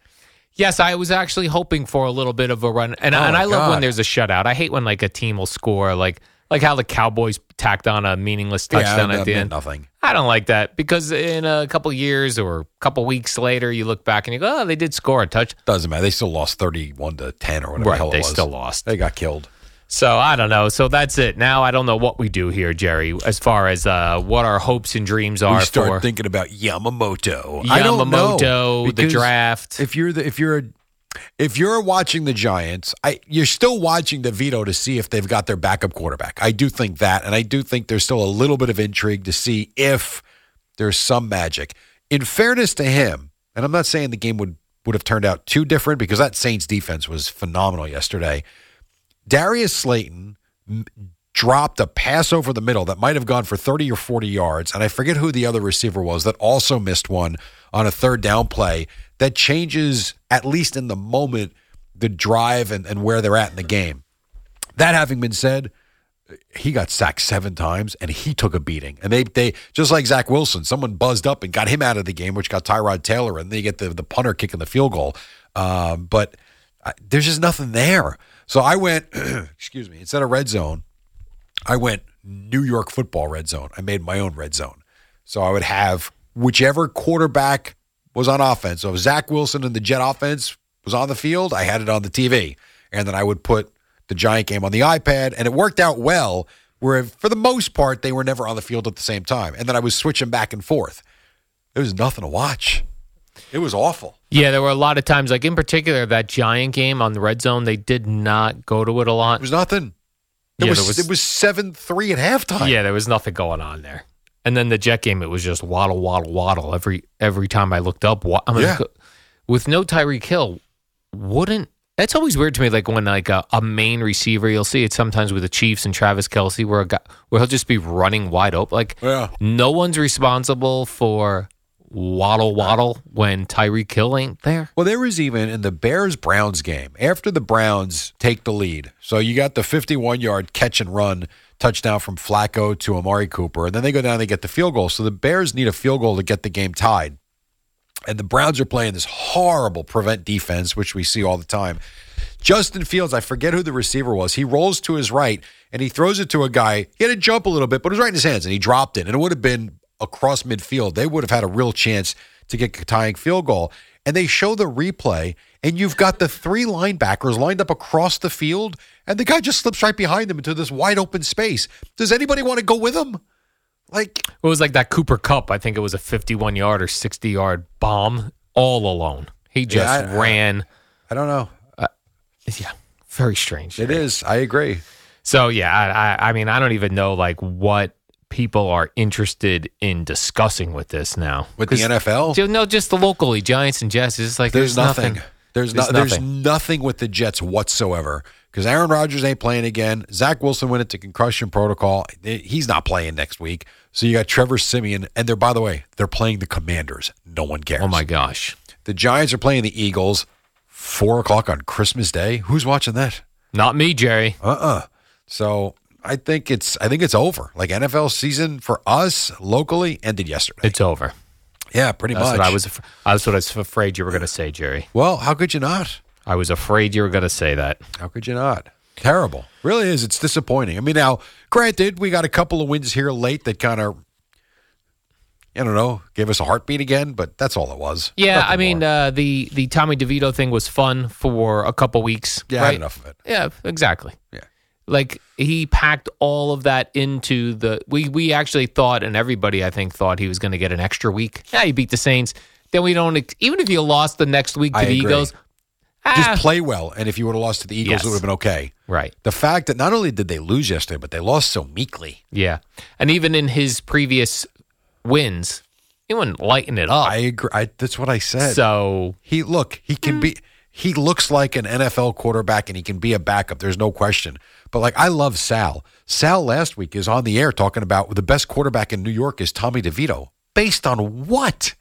[SPEAKER 2] Yes, I was actually hoping for a little bit of a run, and,
[SPEAKER 1] Oh,
[SPEAKER 2] and
[SPEAKER 1] my
[SPEAKER 2] I love when
[SPEAKER 1] God.
[SPEAKER 2] there's a shutout. I hate when like a team will score, like like how the Cowboys tacked on a meaningless touchdown
[SPEAKER 1] yeah,
[SPEAKER 2] at the
[SPEAKER 1] meant
[SPEAKER 2] end.
[SPEAKER 1] nothing.
[SPEAKER 2] I don't like that because in a couple years or a couple weeks later, you look back and you go, "Oh, they did score a touch."
[SPEAKER 1] Doesn't matter. They still lost thirty-one to ten or whatever the
[SPEAKER 2] Right,
[SPEAKER 1] hell
[SPEAKER 2] they
[SPEAKER 1] it was.
[SPEAKER 2] still lost.
[SPEAKER 1] They got killed.
[SPEAKER 2] So I don't know. So that's it. Now I don't know what we do here, Jerry, as far as uh, what our hopes and dreams are
[SPEAKER 1] We start
[SPEAKER 2] for
[SPEAKER 1] thinking about Yamamoto. I don't know,
[SPEAKER 2] Yamamoto, the
[SPEAKER 1] because
[SPEAKER 2] draft.
[SPEAKER 1] If you're the if you're a if you're watching the Giants, I you're still watching DeVito to see if they've got their backup quarterback. I do think that, and I do think there's still a little bit of intrigue to see if there's some magic. In fairness to him, and I'm not saying the game would would have turned out too different because that Saints defense was phenomenal yesterday. Darius Slayton m- dropped a pass over the middle that might have gone for 30 or 40 yards. And I forget who the other receiver was that also missed one on a third down play that changes, at least in the moment, the drive and, and where they're at in the game. That having been said, he got sacked seven times and he took a beating. And they they just like Zach Wilson, someone buzzed up and got him out of the game, which got Tyrod Taylor, and they get the the punter kicking the field goal. Um, but I, there's just nothing there. So I went, (clears throat) excuse me, instead of red zone, I went New York football red zone. I made my own red zone. So I would have whichever quarterback was on offense. So if Zach Wilson and the Jet offense was on the field, I had it on the TV. And then I would put the Giant game on the iPad. And it worked out well, where for the most part, they were never on the field at the same time. And then I was switching back and forth. There was nothing to watch. It was awful.
[SPEAKER 2] Yeah, there were a lot of times, like in particular that giant game on the red zone, they did not go to it a lot. It
[SPEAKER 1] was nothing. It
[SPEAKER 2] yeah,
[SPEAKER 1] was,
[SPEAKER 2] there was,
[SPEAKER 1] it was seven three at halftime.
[SPEAKER 2] yeah, there was nothing going on there. And then the jet game, it was just waddle, waddle, waddle every every time I looked up. wa- I'm
[SPEAKER 1] Yeah.
[SPEAKER 2] like, with no Tyreek Hill, wouldn't that's always weird to me? Like when like a, a main receiver, you'll see it sometimes with the Chiefs and Travis Kelsey, where a guy where he'll just be running wide open. Like
[SPEAKER 1] Yeah.
[SPEAKER 2] no one's responsible for waddle, waddle when Tyreek Hill ain't there.
[SPEAKER 1] Well, there was even in the Bears Browns game after the Browns take the lead. So you got the 51 yard catch and run touchdown from Flacco to Amari Cooper. And then they go down and they get the field goal. So the Bears need a field goal to get the game tied. And the Browns are playing this horrible prevent defense, which we see all the time. Justin Fields, I forget who the receiver was. He rolls to his right and he throws it to a guy. He had to jump a little bit, but it was right in his hands and he dropped it. And it would have been across midfield. They would have had a real chance to get a tying field goal. And they show the replay, and you've got the three linebackers lined up across the field, and the guy just slips right behind them into this wide open space. Does anybody want to go with him? Like,
[SPEAKER 2] It was like that Cooper Cup. I think it was a 51 yard or 60 yard bomb all alone. He just
[SPEAKER 1] Yeah, I- I-
[SPEAKER 2] ran.
[SPEAKER 1] I don't know.
[SPEAKER 2] yeah, very strange.
[SPEAKER 1] It is. I agree.
[SPEAKER 2] So yeah, I, I, I mean, I don't even know like what people are interested in discussing with this now
[SPEAKER 1] With the
[SPEAKER 2] 'Cause-
[SPEAKER 1] NFL?
[SPEAKER 2] Ju- No, just the locally Giants and Jets. It's like there's, nothing.
[SPEAKER 1] There's, no, there's nothing with the Jets whatsoever because Aaron Rodgers ain't playing again. Zach Wilson went into concussion protocol. He's not playing next week. So you got Trevor Simeon, and they're by the way, they're playing the Commanders. No one cares.
[SPEAKER 2] Oh my gosh,
[SPEAKER 1] The Giants are playing the Eagles. Four o'clock on Christmas Day. Who's watching that?
[SPEAKER 2] not me, Jerry.
[SPEAKER 1] Uh uh So I think it's I think it's over. Like NFL season for us locally ended yesterday.
[SPEAKER 2] It's over.
[SPEAKER 1] yeah, pretty
[SPEAKER 2] That's
[SPEAKER 1] much.
[SPEAKER 2] what I was. af- That's what I was afraid you were going to say, Jerry.
[SPEAKER 1] well, how could you not?
[SPEAKER 2] I was afraid you were going to say that.
[SPEAKER 1] How could you not? Terrible. Really is. It's disappointing. I mean, now, granted, we got a couple of wins here late that kind of, I don't know, gave us a heartbeat again, but that's all it was.
[SPEAKER 2] Yeah,
[SPEAKER 1] Nothing
[SPEAKER 2] I mean
[SPEAKER 1] more.
[SPEAKER 2] uh, the the Tommy DeVito thing was fun for a couple weeks.
[SPEAKER 1] yeah, I
[SPEAKER 2] right?
[SPEAKER 1] had enough of it.
[SPEAKER 2] Yeah, exactly.
[SPEAKER 1] Yeah.
[SPEAKER 2] Like he packed all of that into the we we actually thought and everybody I think thought he was going to get an extra week. Yeah, you beat the Saints. Then we don't ex- even if you lost the next week to
[SPEAKER 1] I
[SPEAKER 2] the
[SPEAKER 1] agree.
[SPEAKER 2] Eagles. ah,
[SPEAKER 1] Just play well, and if you would have lost to the Eagles,
[SPEAKER 2] Yes.
[SPEAKER 1] it would have been okay.
[SPEAKER 2] right.
[SPEAKER 1] The fact that not only did they lose yesterday, but they lost so meekly.
[SPEAKER 2] Yeah. And even in his previous wins, he wouldn't lighten it up.
[SPEAKER 1] I agree. I, that's what I said.
[SPEAKER 2] Oh. so
[SPEAKER 1] He look, he can be he looks like an NFL quarterback and he can be a backup. There's no question. But like I love Sal. Sal last week is on the air talking about the best quarterback in New York is Tommy DeVito. Based on what?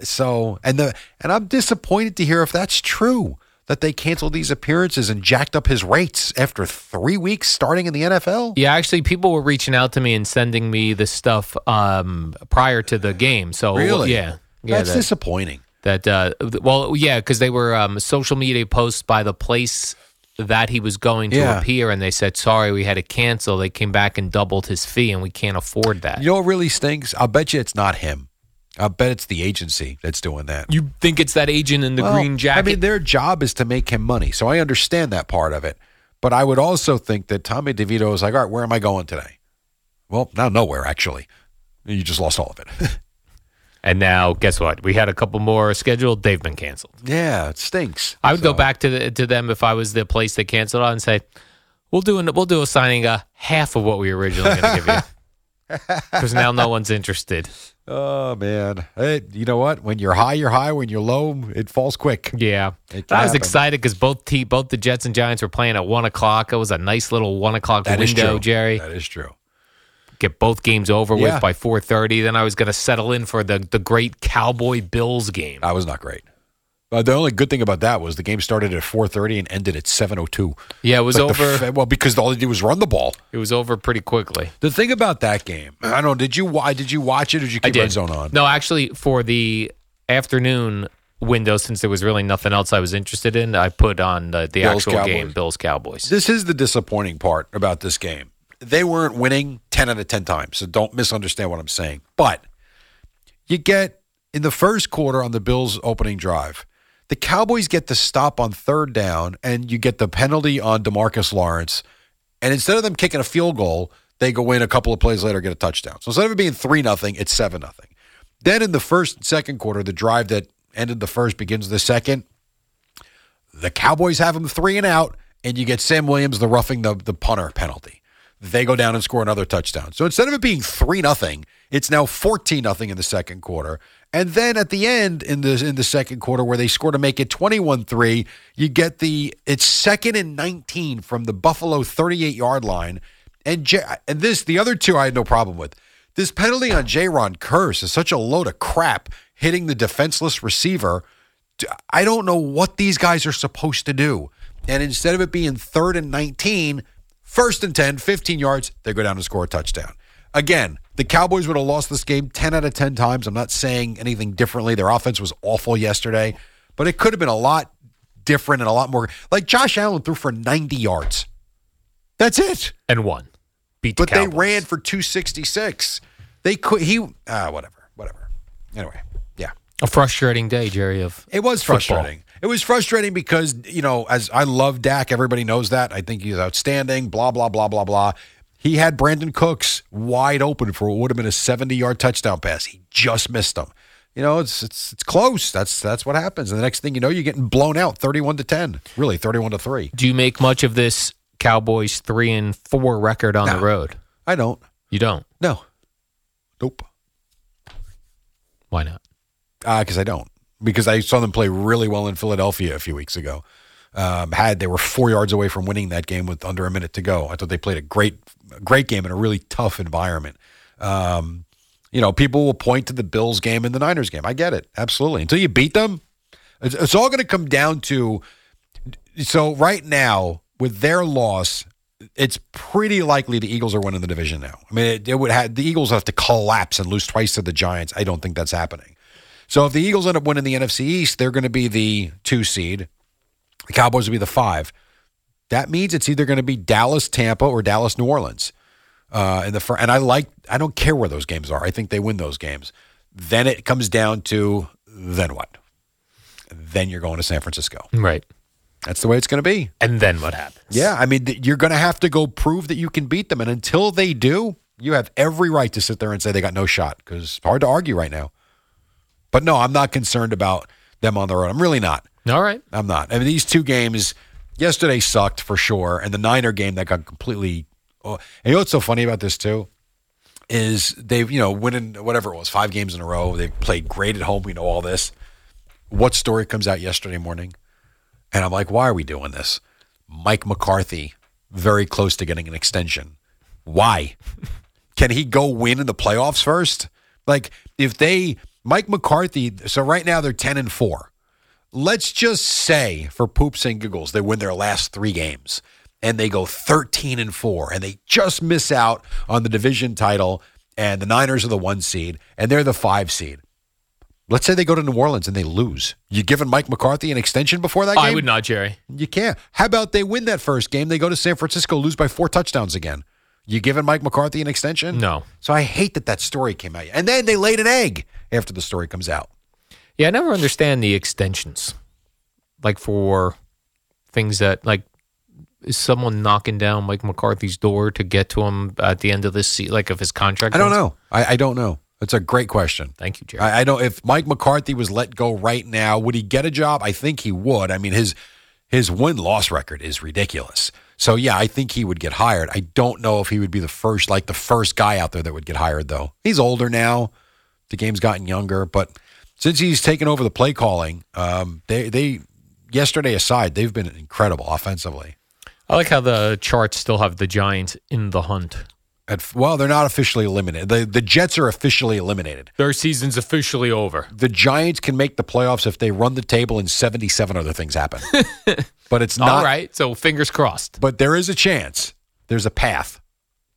[SPEAKER 1] So and the and I'm disappointed to hear if that's true that they canceled these appearances and jacked up his rates after three weeks starting in the NFL.
[SPEAKER 2] Yeah, actually, people were reaching out to me and sending me this stuff um, prior to the game. So
[SPEAKER 1] Really?
[SPEAKER 2] yeah, yeah,
[SPEAKER 1] that's
[SPEAKER 2] that,
[SPEAKER 1] disappointing.
[SPEAKER 2] that uh, well, yeah, because they were um, social media posts by the place that he was going to
[SPEAKER 1] Yeah.
[SPEAKER 2] appear, and they said, "Sorry, we had to cancel." They came back and doubled his fee, and we can't afford that.
[SPEAKER 1] You know what really stinks? I'll bet you it's not him. I'll bet it's the agency that's doing that.
[SPEAKER 2] You think it's that agent in the
[SPEAKER 1] Well,
[SPEAKER 2] green jacket?
[SPEAKER 1] I mean, their job is to make him money, so I understand that part of it. But I would also think that Tommy DeVito is like, all right, where
[SPEAKER 2] (laughs)
[SPEAKER 1] am I going today? Well, now nowhere actually. You just lost all of it.
[SPEAKER 2] And now, guess what? We had a couple more scheduled. They've been canceled.
[SPEAKER 1] Yeah, it stinks.
[SPEAKER 2] I would go back to the, to them if I was the place that canceled on and say, "We'll do an, we'll do a signing uh, half of what we were originally going to give you,"
[SPEAKER 1] (laughs)
[SPEAKER 2] because now no one's interested.
[SPEAKER 1] Oh man, Hey, you know what? When you're high, you're high. When you're low, it falls quick.
[SPEAKER 2] Yeah,
[SPEAKER 1] It can
[SPEAKER 2] I was
[SPEAKER 1] happen.
[SPEAKER 2] excited because both te- both the Jets and Giants were playing at one o'clock. It was a nice little one o'clock
[SPEAKER 1] That is
[SPEAKER 2] window,
[SPEAKER 1] true.
[SPEAKER 2] Jerry.
[SPEAKER 1] That is true.
[SPEAKER 2] Get both games over
[SPEAKER 1] Yeah.
[SPEAKER 2] with by four thirty. Then I was going to settle in for the the great Cowboy Bills game.
[SPEAKER 1] That was not great. Uh, the only good thing about that was the game started at 4:30 and ended at 7:02. It
[SPEAKER 2] Yeah, it was over.
[SPEAKER 1] well, because all they did was run the ball.
[SPEAKER 2] it was over pretty quickly.
[SPEAKER 1] The thing about that game, I don't know. Did you why did you watch it or did you keep red zone on?
[SPEAKER 2] No, actually, for the afternoon window, since there was really nothing else I was interested in, I put on the, the
[SPEAKER 1] Bills,
[SPEAKER 2] actual
[SPEAKER 1] Cowboys.
[SPEAKER 2] game, Bills Cowboys.
[SPEAKER 1] This is the disappointing part about this game. They weren't winning 10 out of 10 times, so don't misunderstand what I'm saying. But you get in the first quarter on the Bills opening drive, the Cowboys get the stop on third down, and you get the penalty on Demarcus Lawrence. And instead of them kicking a field goal, they go in a couple of plays later and get a touchdown. So instead of it being 3 nothing, it's 7 nothing. Then in the first and second quarter, the drive that ended the first begins the second. The Cowboys have him three and out, and you get Sam Williams the roughing the, the punter penalty. They go down and score another touchdown. So instead of it being three nothing, it's now fourteen nothing in the second quarter. And then at the end in the in the second quarter where they score to make it 21-3, you get the it's second and 19 from the Buffalo 38-yard line. And J- and this the other two I had no problem with. This penalty on Jaron Curse is such a load of crap hitting the defenseless receiver. D- I don't know what these guys are supposed to do. And instead of it being third and 19, first and 10, 15 yards, they go down and score a touchdown. Again, the Cowboys would have lost this game 10 out of 10 times. I'm not saying anything differently. Their offense was awful yesterday, but it could have been a lot different and a lot more. Like Josh Allen threw for 90 yards. That's it
[SPEAKER 2] And won. Beat
[SPEAKER 1] but
[SPEAKER 2] the Cowboys.
[SPEAKER 1] they ran for 266 they could he ah whatever whatever anyway yeah
[SPEAKER 2] A frustrating day, Jerry, of
[SPEAKER 1] it was
[SPEAKER 2] Football.
[SPEAKER 1] frustrating it was frustrating because you know as i love dak everybody knows that i think he's outstanding blah blah blah blah blah he had brandon cooks wide open for what would have been a 70 yard touchdown pass he just missed him you know it's it's it's close that's that's what happens and the next thing you know you're getting blown out 31 to 10 really 31 to 3
[SPEAKER 2] Do you make much of this Cowboys three and four record on
[SPEAKER 1] No.
[SPEAKER 2] the road?
[SPEAKER 1] i don't
[SPEAKER 2] You don't.
[SPEAKER 1] no nope
[SPEAKER 2] Why not?
[SPEAKER 1] because Uh, I don't. Because I saw them play really well in Philadelphia a few weeks ago. Um, had they were four yards away from winning that game with under a minute to go. I thought they played a great, great game in a really tough environment. Um, you know, people will point to the Bills game and the Niners game. I get it absolutely. Until you beat them, it's, it's all going to come down to. So right now, with their loss, it's pretty likely the Eagles are winning the division now. I mean, it, it would have the Eagles have to collapse and lose twice to the Giants. I don't think that's happening. So if the Eagles end up winning the NFC East, they're going to be the two seed. The Cowboys will be the five. That means it's either going to be Dallas, Tampa, or Dallas, New Orleans. Uh, in the fir- and I like I don't care where those games are. I think they win those games. Then it comes down to then what? Then you're going to San Francisco.
[SPEAKER 2] Right.
[SPEAKER 1] That's the way it's going to be.
[SPEAKER 2] And then what happens?
[SPEAKER 1] Yeah, I mean th- you're going to have to go prove that you can beat them, and until they do, you have every right to sit there and say they got no shot because it's hard to argue right now. But no, I'm not concerned about them on the road. I'm really not.
[SPEAKER 2] All right.
[SPEAKER 1] I'm not. I mean these two games yesterday sucked for sure, and the Niner game that got completely. Oh, and you know what's so funny about this too is they've you know winning whatever it was five games in a row. They played great at home. We know all this. What story comes out yesterday morning? And I'm like, why are we doing this? Mike McCarthy, very close to getting an extension. Why? Can he go win in the playoffs first? Like, if they, Mike McCarthy, so right now they're 10 and 4. Let's just say, for poops and giggles, they win their last three games and they go 13 and 4 and they just miss out on the division title. And the Niners are the one seed and they're the five seed. Let's say they go to New Orleans and they lose. You giving Mike McCarthy an extension before that game?
[SPEAKER 2] I would not, Jerry.
[SPEAKER 1] You can't. How about they win that first game? They go to San Francisco, lose by four touchdowns again. You giving Mike McCarthy an extension?
[SPEAKER 2] No.
[SPEAKER 1] So I hate that that story came out. And then they laid an egg after the story comes out.
[SPEAKER 2] Yeah, I never understand the extensions, like for things that like is someone knocking down Mike McCarthy's door to get to him at the end of this season, like if his contract.
[SPEAKER 1] I don't
[SPEAKER 2] runs-
[SPEAKER 1] know. I, I don't know. That's a great question.
[SPEAKER 2] Thank you, Jerry.
[SPEAKER 1] I, I don't. If Mike McCarthy was let go right now, would he get a job? I think he would. I mean his his win loss record is ridiculous. So yeah, I think he would get hired. I don't know if he would be the first, like the first guy out there that would get hired though. He's older now. The game's gotten younger, but since he's taken over the play calling, um, they they yesterday aside, they've been incredible offensively.
[SPEAKER 2] I like how the charts still have the Giants in the hunt.
[SPEAKER 1] At, well, they're not officially eliminated. The the Jets are officially eliminated.
[SPEAKER 2] Their season's officially over.
[SPEAKER 1] The Giants can make the playoffs if they run the table and 77 other things happen. but it's not
[SPEAKER 2] All right, so fingers crossed.
[SPEAKER 1] But there is a chance. There's a path,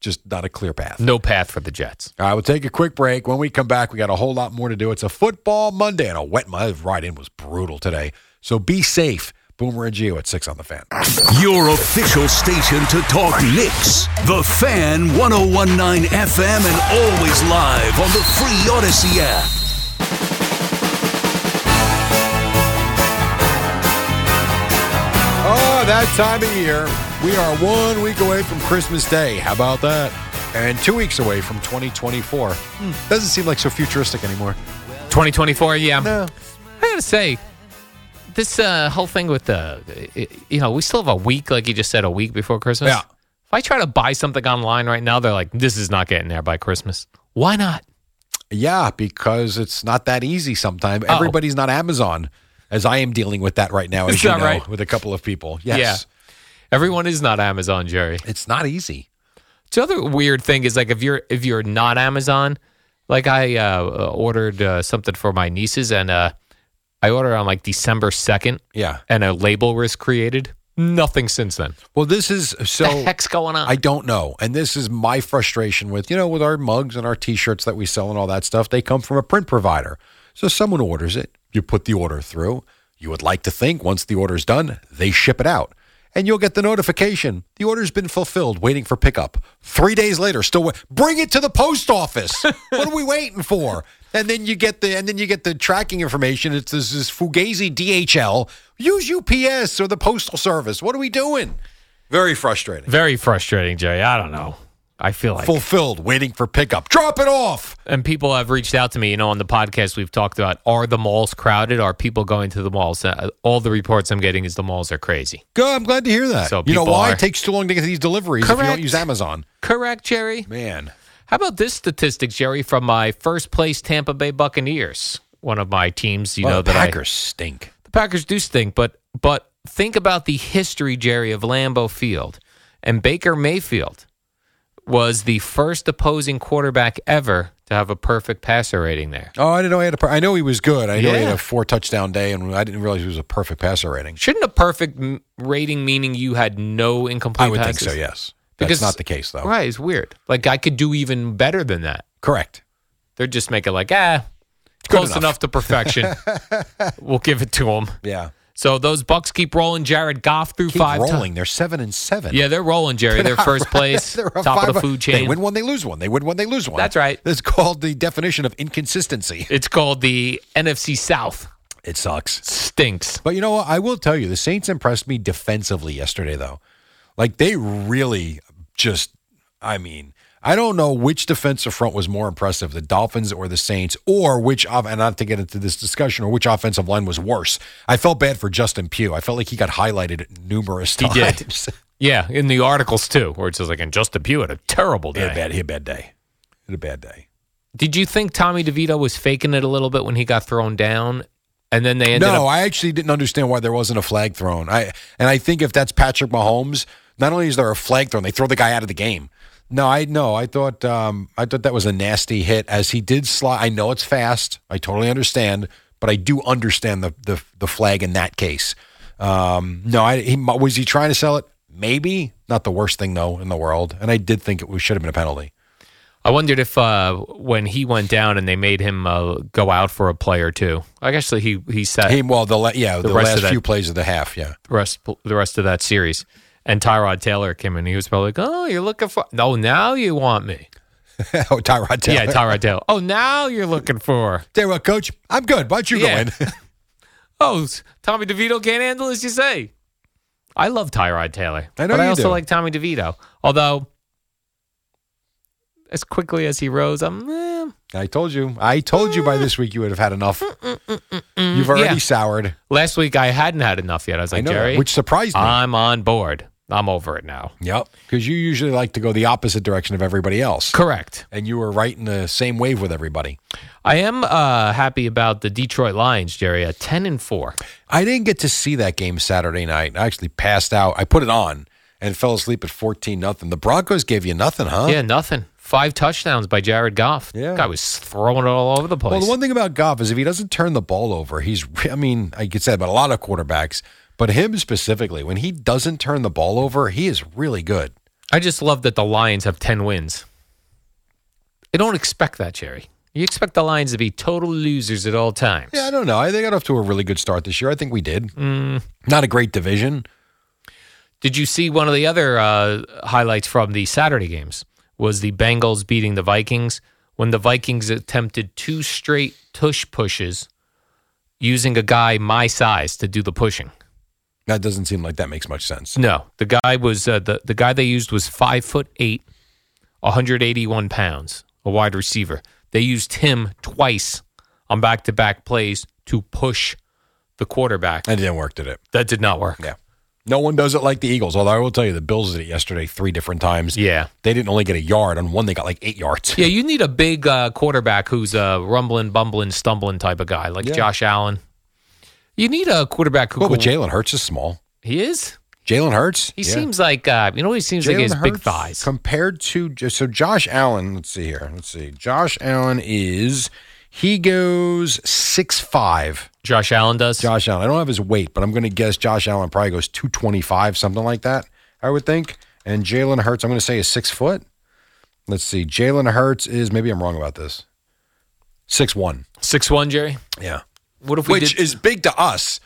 [SPEAKER 1] just not a clear path.
[SPEAKER 2] No path for the Jets.
[SPEAKER 1] All right, we'll take a quick break. When we come back, we got a whole lot more to do. It's a football Monday and a wet my ride in was brutal today. So be safe. Boomer and Geo at six on the fan.
[SPEAKER 5] Your official station to talk Knicks. The Fan 1019 FM and always live on the free Odyssey app.
[SPEAKER 1] Oh, that time of year. We are one week away from Christmas Day. How about that? And two weeks away from 2024. Doesn't seem like so futuristic anymore.
[SPEAKER 2] 2024, yeah. I gotta say, this uh, whole thing with the, it- you know, we still have a week, like you just said, a week before Christmas.
[SPEAKER 1] Yeah.
[SPEAKER 2] If I try to buy something online right now, they're like, this is not getting there by Christmas. Why not?
[SPEAKER 1] Yeah, because it's not that easy sometimes.
[SPEAKER 2] Oh.
[SPEAKER 1] Everybody's not Amazon, as I am dealing with that right now, as
[SPEAKER 2] Is
[SPEAKER 1] you
[SPEAKER 2] that
[SPEAKER 1] know,
[SPEAKER 2] right?
[SPEAKER 1] with a couple of people. Yes.
[SPEAKER 2] Yeah. Everyone is not Amazon, Jerry.
[SPEAKER 1] It's not easy.
[SPEAKER 2] The other weird thing is like if you're if you're not Amazon, like I uh, ordered uh, something for my nieces and uh, I ordered on like December second,
[SPEAKER 1] Yeah.
[SPEAKER 2] and a label was created. Nothing since then.
[SPEAKER 1] Well, this is so.
[SPEAKER 2] the heck's going on?
[SPEAKER 1] Oh, I don't know. And this is my frustration with, you know, with our mugs and our t shirts that we sell and all that stuff. They come from a print provider. So someone orders it, you put the order through. You would like to think once the order's done, they ship it out. And you'll get the notification the order's been fulfilled, waiting for pickup. Three days later, still wait. Bring it to the post office. what are we waiting for? And then you get the and then you get the tracking information. It's this is Fugazi DHL. Use UPS or the postal service. What are we doing? Very frustrating
[SPEAKER 2] Very frustrating, Jerry. I don't know. I feel like
[SPEAKER 1] fulfilled, waiting for pickup. Drop it off.
[SPEAKER 2] and people have reached out to me. You know, on the podcast we've talked about are the malls crowded? Are people going to the malls? Uh, all the reports I'm getting is the malls are crazy.
[SPEAKER 1] Good. I'm glad to hear that.
[SPEAKER 2] So
[SPEAKER 1] you know
[SPEAKER 2] people
[SPEAKER 1] why
[SPEAKER 2] are-
[SPEAKER 1] it takes too long to get these deliveries if you
[SPEAKER 2] Correct.
[SPEAKER 1] don't use Amazon.
[SPEAKER 2] Correct, Jerry.
[SPEAKER 1] Man,
[SPEAKER 2] How about this statistic, Jerry, from my first place Tampa Bay Buccaneers, one of my teams? You
[SPEAKER 1] Well,
[SPEAKER 2] know
[SPEAKER 1] the
[SPEAKER 2] that I-
[SPEAKER 1] Packers stink.
[SPEAKER 2] the Packers do stink, but but think about the history, Jerry, of Lambeau Field, and Baker Mayfield was the first opposing quarterback ever to have a perfect passer rating there.
[SPEAKER 1] Oh, I didn't know he had a. Per- I know he was good. I know he
[SPEAKER 2] Yeah.
[SPEAKER 1] had a four touchdown day, and I didn't realize he was a perfect passer rating.
[SPEAKER 2] Shouldn't a perfect m- rating meaning you had no incomplete?
[SPEAKER 1] I would
[SPEAKER 2] passes?
[SPEAKER 1] think so. Yes, that's
[SPEAKER 2] Because-
[SPEAKER 1] not the case though.
[SPEAKER 2] Right, it's weird. Like I could do even better than that.
[SPEAKER 1] Correct.
[SPEAKER 2] They're just making like ah, it's
[SPEAKER 1] Good
[SPEAKER 2] close
[SPEAKER 1] enough.
[SPEAKER 2] enough. to
[SPEAKER 1] (laughs)
[SPEAKER 2] perfection. we'll give it to them.
[SPEAKER 1] Yeah.
[SPEAKER 2] So those Bucks keep rolling. Jared Goff through
[SPEAKER 1] Keep
[SPEAKER 2] five
[SPEAKER 1] rolling.
[SPEAKER 2] times.
[SPEAKER 1] They're seven and seven.
[SPEAKER 2] Yeah, they're rolling, Jerry. They're first place,
[SPEAKER 1] (laughs) They're a
[SPEAKER 2] top of the
[SPEAKER 1] five-
[SPEAKER 2] food chain.
[SPEAKER 1] They win one, they lose one. They win one, they lose one.
[SPEAKER 2] That's right.
[SPEAKER 1] That's called the definition of inconsistency.
[SPEAKER 2] It's called the NFC South.
[SPEAKER 1] It sucks.
[SPEAKER 2] Stinks.
[SPEAKER 1] But you know what? I will tell you, the Saints impressed me defensively yesterday, though. Like they really just, I mean, I don't know which defensive front was more impressive, the Dolphins or the Saints, or which, of- and not to get into this discussion, or which offensive line was worse. I felt bad for Justin Pugh. I felt like he got highlighted numerous
[SPEAKER 2] He
[SPEAKER 1] times. (laughs)
[SPEAKER 2] did. Yeah, in the articles too, where it says like, and Justin Pugh had a terrible
[SPEAKER 1] He had
[SPEAKER 2] day.
[SPEAKER 1] a bad, he had a bad day. He had a bad day.
[SPEAKER 2] Did you think Tommy DeVito was faking it a little bit when he got thrown down, and then they ended
[SPEAKER 1] no,
[SPEAKER 2] up?
[SPEAKER 1] I actually didn't understand why there wasn't a flag thrown. I and I think if that's Patrick Mahomes, not only is there a flag thrown, they throw the guy out of the game. No, I no, I thought um, I thought that was a nasty hit as he did slide. I know it's fast. I totally understand, but I do understand the the, the flag in that case. Um, no, I, he, was he trying to sell it? Maybe not the worst thing though in the world. And I did think it was- should have been a penalty.
[SPEAKER 2] I wondered if uh, when he went down and they made him uh, go out for a play or two. I guess he he sat
[SPEAKER 1] He, well, the la- yeah, the,
[SPEAKER 2] the rest of
[SPEAKER 1] last
[SPEAKER 2] that-
[SPEAKER 1] few plays of the half, yeah. (laughs)
[SPEAKER 2] the rest the rest of that series. And Tyrod Taylor came in. He was probably like, "Oh, you're looking for no. Now you want me?
[SPEAKER 1] oh, Tyrod
[SPEAKER 2] Yeah,
[SPEAKER 1] Taylor.
[SPEAKER 2] Tyrod Taylor. Oh, now you're looking for.
[SPEAKER 1] Tell you what, coach, I'm good. Why don't you
[SPEAKER 2] Yeah.
[SPEAKER 1] go in?
[SPEAKER 2] Oh, s- Tommy DeVito can't handle as you say. I love Tyrod Taylor,
[SPEAKER 1] I know
[SPEAKER 2] but I
[SPEAKER 1] you
[SPEAKER 2] also
[SPEAKER 1] do.
[SPEAKER 2] like Tommy DeVito. Although, as quickly as he rose, I'm eh,
[SPEAKER 1] I told you. I told you by this week you would have had enough. You've already
[SPEAKER 2] Mm. Yeah.
[SPEAKER 1] soured.
[SPEAKER 2] Last week I hadn't had enough yet. I was
[SPEAKER 1] I
[SPEAKER 2] like,
[SPEAKER 1] know that,
[SPEAKER 2] Jerry,
[SPEAKER 1] which surprised me.
[SPEAKER 2] I'm on board. I'm over it now.
[SPEAKER 1] Yep. Because you usually like to go the opposite direction of everybody else.
[SPEAKER 2] Correct.
[SPEAKER 1] And you were right in the same wave with everybody.
[SPEAKER 2] I am uh, happy about the Detroit Lions, Jerry. At ten and four.
[SPEAKER 1] I didn't get to see that game Saturday night. I actually passed out. I put it on and fell asleep at 14 nothing. The Broncos gave you nothing, huh?
[SPEAKER 2] Yeah, nothing. Five touchdowns by Jared Goff.
[SPEAKER 1] Oh. Yeah.
[SPEAKER 2] guy was throwing it all over the place.
[SPEAKER 1] Well, the one thing about Goff is if he doesn't turn the ball over, he's, I mean, I could say about a lot of quarterbacks, but him specifically, when he doesn't turn the ball over, he is really good.
[SPEAKER 2] I just love that the Lions have 10 wins. You don't expect that, Jerry. You expect the Lions to be total losers at all times.
[SPEAKER 1] Yeah, I don't know. I think I got off to a really good start this year. I think we did.
[SPEAKER 2] Mm.
[SPEAKER 1] Not a great division.
[SPEAKER 2] Did you see one of the other uh, highlights from the Saturday games? Was the Bengals beating the Vikings when the Vikings attempted two straight tush pushes using a guy my size to do the pushing?
[SPEAKER 1] That doesn't seem like that makes much sense.
[SPEAKER 2] No, the guy was uh, the the guy they used was five foot eight, 181 pounds, a wide receiver. They used him twice on back to back plays to push the quarterback.
[SPEAKER 1] That didn't work, did it?
[SPEAKER 2] That did not work.
[SPEAKER 1] Yeah. No one does it like the Eagles. Although I will tell you, the Bills did it yesterday three different times.
[SPEAKER 2] Yeah.
[SPEAKER 1] They didn't only get a yard on one; they got like eight yards.
[SPEAKER 2] Yeah, you need a big uh, quarterback who's a rumbling, bumbling, stumbling type of guy, like
[SPEAKER 1] Yeah.
[SPEAKER 2] Josh Allen. You need a quarterback who
[SPEAKER 1] Well, but
[SPEAKER 2] could-
[SPEAKER 1] Jalen Hurts is small.
[SPEAKER 2] He is.
[SPEAKER 1] Jalen Hurts.
[SPEAKER 2] He
[SPEAKER 1] Yeah.
[SPEAKER 2] seems like uh, you know he seems like
[SPEAKER 1] Jalen
[SPEAKER 2] his big
[SPEAKER 1] Hurts
[SPEAKER 2] thighs.
[SPEAKER 1] compared to so Josh Allen. Let's see here. Let's see. Josh Allen is he goes six five.
[SPEAKER 2] Josh Allen does.
[SPEAKER 1] Josh Allen. I don't have his weight, but I'm going to guess Josh Allen probably goes two twenty five, something like that. I would think. And Jalen Hurts, I'm going to say is six foot. Let's see. Jalen Hurts is maybe I'm wrong about this. Six one.
[SPEAKER 2] Six one, Jerry.
[SPEAKER 1] Yeah.
[SPEAKER 2] What if we
[SPEAKER 1] Which
[SPEAKER 2] did-
[SPEAKER 1] is big to us,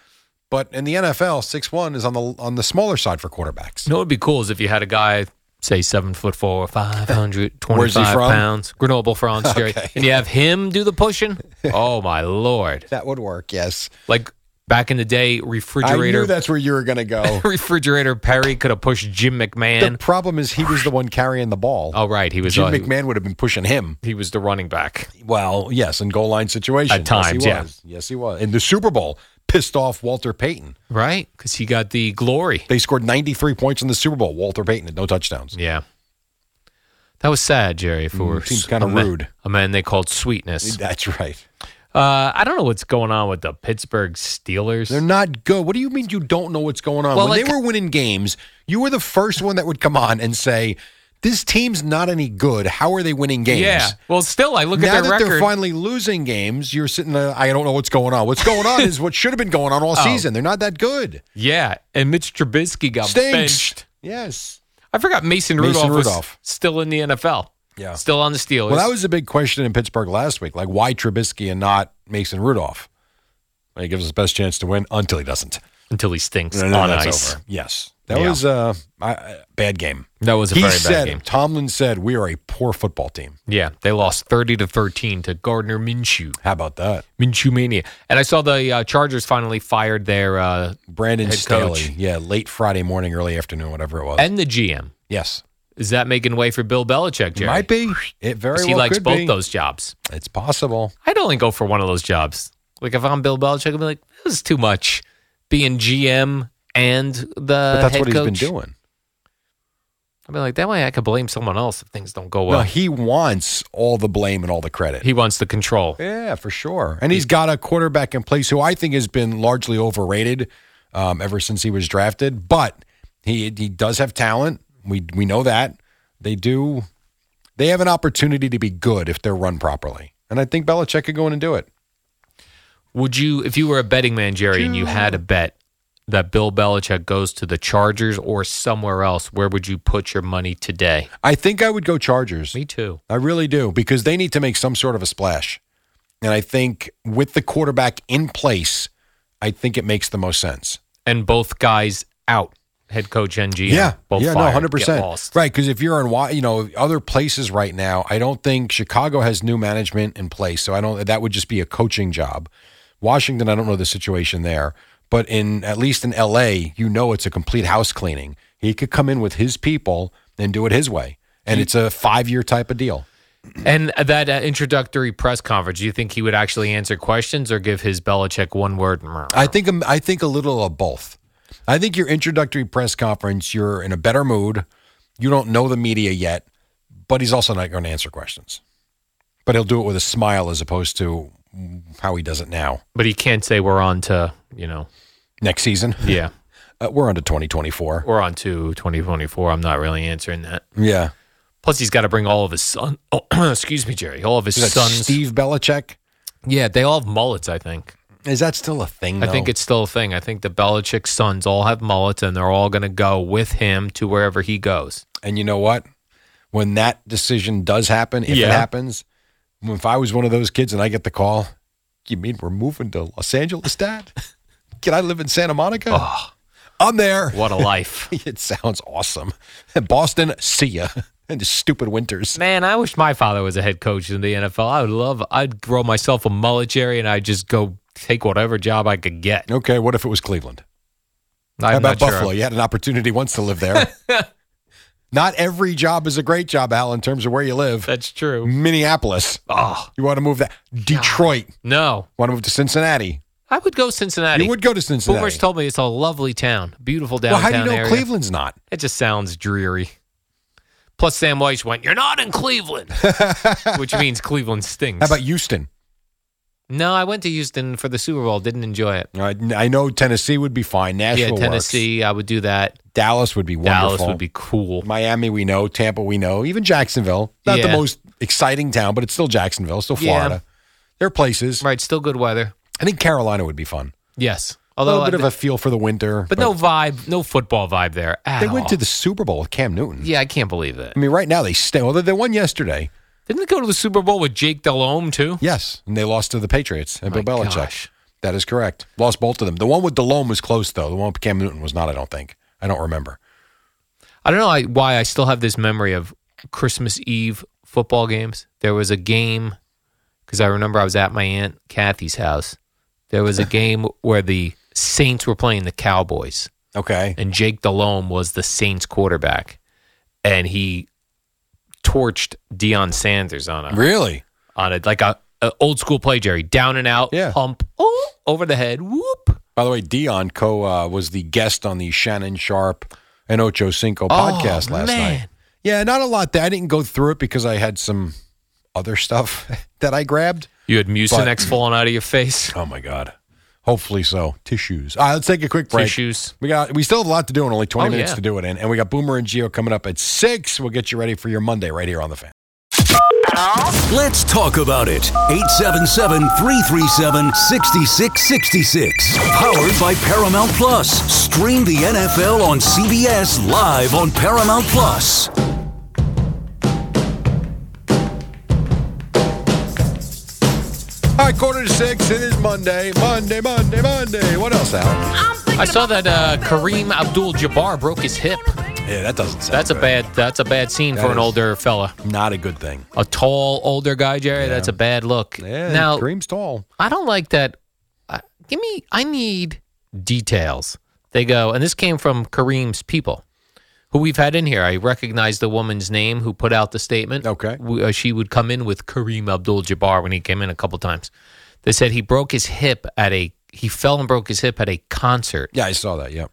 [SPEAKER 1] but in the NFL, six one is on the on the smaller side for quarterbacks.
[SPEAKER 2] You know what would be cool is if you had a guy, say seven foot four, five hundred
[SPEAKER 1] (laughs) Where's he
[SPEAKER 2] twenty-five
[SPEAKER 1] from?
[SPEAKER 2] pounds, Grenoble, France, Jerry,
[SPEAKER 1] Okay.
[SPEAKER 2] and you have him do the
[SPEAKER 1] (laughs)
[SPEAKER 2] pushing. oh my lord!
[SPEAKER 1] That would work, yes.
[SPEAKER 2] Like back in the day,
[SPEAKER 1] I knew
[SPEAKER 2] refrigerator
[SPEAKER 1] that's where you were going to go.
[SPEAKER 2] (laughs) refrigerator Perry could have pushed Jim
[SPEAKER 1] the
[SPEAKER 2] McMahon.
[SPEAKER 1] problem is he was the one carrying the ball.
[SPEAKER 2] oh right, he was
[SPEAKER 1] Jim
[SPEAKER 2] uh,
[SPEAKER 1] McMahon would have been pushing him.
[SPEAKER 2] He was the running back.
[SPEAKER 1] Well, yes, in goal line situations.
[SPEAKER 2] At times,
[SPEAKER 1] yes, he
[SPEAKER 2] yeah.
[SPEAKER 1] was. Yes, he was. In the Super Bowl, pissed off Walter Payton.
[SPEAKER 2] Right, because he got the glory.
[SPEAKER 1] They scored 93 points in the Super Bowl. Walter Payton had no touchdowns.
[SPEAKER 2] Yeah, that was sad, Jerry. For
[SPEAKER 1] Mm, seems kinda
[SPEAKER 2] a man-
[SPEAKER 1] rude.
[SPEAKER 2] A man they called sweetness.
[SPEAKER 1] (laughs) That's right.
[SPEAKER 2] Uh, I don't know what's going on with the Pittsburgh Steelers.
[SPEAKER 1] They're not good. What do you mean you don't know what's going on?
[SPEAKER 2] Well,
[SPEAKER 1] when they
[SPEAKER 2] like-
[SPEAKER 1] were winning games, you were the first one that would come on and say, this team's not any good. How are they winning games?
[SPEAKER 2] Yeah. Well, still, I look
[SPEAKER 1] now
[SPEAKER 2] at
[SPEAKER 1] that
[SPEAKER 2] their record.
[SPEAKER 1] they're finally losing games, you're sitting there, I don't know what's going on. What's
[SPEAKER 2] (laughs)
[SPEAKER 1] going on is what should have been going on all
[SPEAKER 2] Oh.
[SPEAKER 1] season. They're not that good.
[SPEAKER 2] yeah, and Mitch Trubisky got
[SPEAKER 1] Stinks.
[SPEAKER 2] benched.
[SPEAKER 1] Yes.
[SPEAKER 2] I forgot Mason
[SPEAKER 1] Mason
[SPEAKER 2] Rudolph, was
[SPEAKER 1] Rudolph.
[SPEAKER 2] still in the NFL.
[SPEAKER 1] Yeah.
[SPEAKER 2] Still on the Steelers.
[SPEAKER 1] Well, that was a big question in Pittsburgh last week. Like, why Trubisky and not Mason Rudolph? Well, He gives us the best chance to win until he doesn't.
[SPEAKER 2] until he stinks
[SPEAKER 1] And then
[SPEAKER 2] on
[SPEAKER 1] that's
[SPEAKER 2] ice.
[SPEAKER 1] over. Yes. That
[SPEAKER 2] Yeah.
[SPEAKER 1] was uh, I- a bad game.
[SPEAKER 2] That was a
[SPEAKER 1] he
[SPEAKER 2] very bad
[SPEAKER 1] said,
[SPEAKER 2] game.
[SPEAKER 1] Tomlin said, we are a poor football team.
[SPEAKER 2] Yeah, they lost thirty to thirteen to Gardner Minshew.
[SPEAKER 1] How about that?
[SPEAKER 2] Minshew mania. And I saw the uh, Chargers finally fired their uh,
[SPEAKER 1] Brandon
[SPEAKER 2] Head
[SPEAKER 1] Staley.
[SPEAKER 2] coach.
[SPEAKER 1] Yeah, late Friday morning, early afternoon, whatever it was.
[SPEAKER 2] and the GM.
[SPEAKER 1] yes.
[SPEAKER 2] Is that making way for Bill Belichick, Jerry?
[SPEAKER 1] Might be. It very
[SPEAKER 2] 'Cause
[SPEAKER 1] well
[SPEAKER 2] he likes
[SPEAKER 1] could
[SPEAKER 2] both
[SPEAKER 1] be.
[SPEAKER 2] those jobs.
[SPEAKER 1] It's possible.
[SPEAKER 2] I'd only go for one of those jobs. Like if I'm Bill Belichick, I'd be like, this is too much. Being GM and the
[SPEAKER 1] But that's
[SPEAKER 2] Uh, head
[SPEAKER 1] what he's been
[SPEAKER 2] coach.
[SPEAKER 1] doing.
[SPEAKER 2] I mean, like that way I could blame someone else if things don't go
[SPEAKER 1] Well,
[SPEAKER 2] well.
[SPEAKER 1] he wants all the blame and all the credit.
[SPEAKER 2] he wants the control.
[SPEAKER 1] yeah, for sure. And he's got a quarterback in place who I think has been largely overrated um, ever since he was drafted. But he he does have talent. We we know that they do. They have an opportunity to be good if they're run properly, and I think Belichick could go in and do it.
[SPEAKER 2] Would you, if you were a betting man, Jerry, and you had a bet that Bill Belichick goes to the Chargers or somewhere else, where would you put your money today?
[SPEAKER 1] I think I would go Chargers.
[SPEAKER 2] Me too.
[SPEAKER 1] I really do because they need to make some sort of a splash, and I think with the quarterback in place, I think it makes the most sense.
[SPEAKER 2] And both guys out, head coach and GM.
[SPEAKER 1] Yeah,
[SPEAKER 2] both
[SPEAKER 1] yeah,
[SPEAKER 2] fired,
[SPEAKER 1] no,
[SPEAKER 2] get
[SPEAKER 1] hundred percent,
[SPEAKER 2] lost.
[SPEAKER 1] right? Because if you're in, Wa- you know, other places right now, I don't think Chicago has new management in place, so I don't. That would just be a coaching job. Washington, I don't know the situation there, but in at least in L.A., you know, it's a complete house cleaning. He could come in with his people and do it his way, and it's a five-year type of deal.
[SPEAKER 2] And that uh, introductory press conference, do you think he would actually answer questions or give his Belichick one word?
[SPEAKER 1] I think I'm- I think a little of both. I think your introductory press conference, you're in a better mood. You don't know the media yet, but he's also not going to answer questions. But he'll do it with a smile as opposed to how he does it now.
[SPEAKER 2] But he can't say we're on to, you know,
[SPEAKER 1] next season.
[SPEAKER 2] Yeah.
[SPEAKER 1] Uh, we're on to 2024.
[SPEAKER 2] We're on to 2024. I'm not really answering that.
[SPEAKER 1] Yeah.
[SPEAKER 2] Plus, he's got to bring all of his son. (clears throat) Oh, excuse me, Jerry. All of his
[SPEAKER 1] Is that
[SPEAKER 2] sons.
[SPEAKER 1] Steve Belichick?
[SPEAKER 2] Yeah, they all have mullets. I think.
[SPEAKER 1] Is that still a thing?
[SPEAKER 2] I think
[SPEAKER 1] though?
[SPEAKER 2] it's still a thing. I think the Belichick sons all have mullets, and they're all going to go with him to wherever he goes.
[SPEAKER 1] And you know what? When that decision does happen, if it
[SPEAKER 2] Yeah.
[SPEAKER 1] happens, if I was one of those kids and I get the call, you mean we're moving to Los Angeles, Dad? Can I live in Santa Monica? I'm there. (laughs)
[SPEAKER 2] What a life.
[SPEAKER 1] it sounds awesome. Boston, see ya. (laughs) And the stupid winters.
[SPEAKER 2] Man, I wish my father was a head coach in the NFL. I would love. I'd grow myself a mullet, Jerry, and I'd just go take whatever job I could get.
[SPEAKER 1] Okay, what if it was Cleveland?
[SPEAKER 2] I'm
[SPEAKER 1] How about
[SPEAKER 2] not sure.
[SPEAKER 1] Buffalo? You had an opportunity once to live there.
[SPEAKER 2] (laughs)
[SPEAKER 1] Not every job is a great job, Al, in terms of where you live.
[SPEAKER 2] That's true.
[SPEAKER 1] Mm. Minneapolis.
[SPEAKER 2] Oh.
[SPEAKER 1] You want to move that. Detroit.
[SPEAKER 2] No.
[SPEAKER 1] Want to move to Cincinnati.
[SPEAKER 2] I would go Cincinnati.
[SPEAKER 1] You would go to Cincinnati.
[SPEAKER 2] Boomers told me it's a lovely town, beautiful
[SPEAKER 1] well,
[SPEAKER 2] downtown
[SPEAKER 1] how do you know
[SPEAKER 2] area.
[SPEAKER 1] Cleveland's not?
[SPEAKER 2] It just sounds dreary. Plus, Sam Weiss went, "You're not in
[SPEAKER 1] (laughs)
[SPEAKER 2] Cleveland," which means Cleveland stinks.
[SPEAKER 1] How about Houston?
[SPEAKER 2] No, I went to Houston for the Super Bowl. Didn't enjoy it.
[SPEAKER 1] I, I know Tennessee would be fine. Nashville
[SPEAKER 2] yeah,
[SPEAKER 1] works.
[SPEAKER 2] Tennessee. I would do that.
[SPEAKER 1] Dallas would be wonderful.
[SPEAKER 2] Dallas would be cool.
[SPEAKER 1] Miami, we know. Tampa, we know. Even Jacksonville. Not the
[SPEAKER 2] Yeah.
[SPEAKER 1] most exciting town, but it's still Jacksonville, still
[SPEAKER 2] Yeah.
[SPEAKER 1] Florida. There are places.
[SPEAKER 2] Right, still good weather.
[SPEAKER 1] I think Carolina would be fun.
[SPEAKER 2] Yes,
[SPEAKER 1] a
[SPEAKER 2] although
[SPEAKER 1] little bit
[SPEAKER 2] I-
[SPEAKER 1] of a feel for the winter.
[SPEAKER 2] but, no vibe, no football vibe there. At
[SPEAKER 1] They went
[SPEAKER 2] all.
[SPEAKER 1] to the Super Bowl with Cam Newton.
[SPEAKER 2] Yeah, I can't believe it.
[SPEAKER 1] I mean, right now they stay. Well, they, they won yesterday.
[SPEAKER 2] Didn't they go to the Super Bowl with Jake Delhomme too?
[SPEAKER 1] Yes, and they lost to the Patriots and Bill
[SPEAKER 2] My
[SPEAKER 1] Belichick.
[SPEAKER 2] gosh.
[SPEAKER 1] That is correct. Lost both of them. The one with Delhomme was close though. The one with Cam Newton was not. I don't think. I don't remember.
[SPEAKER 2] I don't know I, why I still have this memory of Christmas Eve football games. There was a game because I remember I was at my aunt Kathy's house. There
[SPEAKER 1] (laughs)
[SPEAKER 2] was a game where the Saints were playing the Cowboys,
[SPEAKER 1] Okay.
[SPEAKER 2] and Jake Delhomme was the Saints quarterback, and he torched Deion Sanders on a
[SPEAKER 1] Really?
[SPEAKER 2] on a like a, a old school play, Jerry, down and out,
[SPEAKER 1] Yeah.
[SPEAKER 2] hump, oh, over the head, whoop.
[SPEAKER 1] By the way, Dion Co uh, was the guest on the Shannon Sharp and Ocho Cinco podcast last
[SPEAKER 2] Oh, man.
[SPEAKER 1] night. Yeah, not a lot. There. I didn't go through it because I had some other stuff (laughs) that I grabbed.
[SPEAKER 2] You had Mucinex falling out of your face,
[SPEAKER 1] Oh my god. Hopefully so. Tissues. All right, let's take a quick break.
[SPEAKER 2] tissues.
[SPEAKER 1] We got we still have a lot to do and only 20
[SPEAKER 2] Oh,
[SPEAKER 1] minutes
[SPEAKER 2] yeah.
[SPEAKER 1] to do it in. And we got Boomer and Geo coming up at 6. We'll get you ready for your Monday right here on the fan.
[SPEAKER 5] Let's talk about it. 877 337 6666. Powered by Paramount Plus. Stream the NFL on CBS live on Paramount Plus.
[SPEAKER 1] All right, quarter to 6. It is Monday. Monday, Monday, Monday. What else, Al?
[SPEAKER 2] I saw that uh, Kareem Abdul-Jabbar broke his hip.
[SPEAKER 1] Yeah, that doesn't sound
[SPEAKER 2] That's a
[SPEAKER 1] good.
[SPEAKER 2] bad. That's a bad scene
[SPEAKER 1] That
[SPEAKER 2] for an
[SPEAKER 1] is-
[SPEAKER 2] older fella.
[SPEAKER 1] not a good thing.
[SPEAKER 2] A tall older guy, Jerry. That's a bad look.
[SPEAKER 1] Yeah,
[SPEAKER 2] now
[SPEAKER 1] Kareem's tall.
[SPEAKER 2] I don't like that. Uh, give me. I need details. They go, and this came from Kareem's people, who we've had in here. I recognize the woman's name who put out the statement.
[SPEAKER 1] Okay.
[SPEAKER 2] We- uh, she would come in with Kareem Abdul-Jabbar when he came in a couple times. They said he broke his hip at a. He fell and broke his hip at a concert.
[SPEAKER 1] Yeah, I saw that. Yep.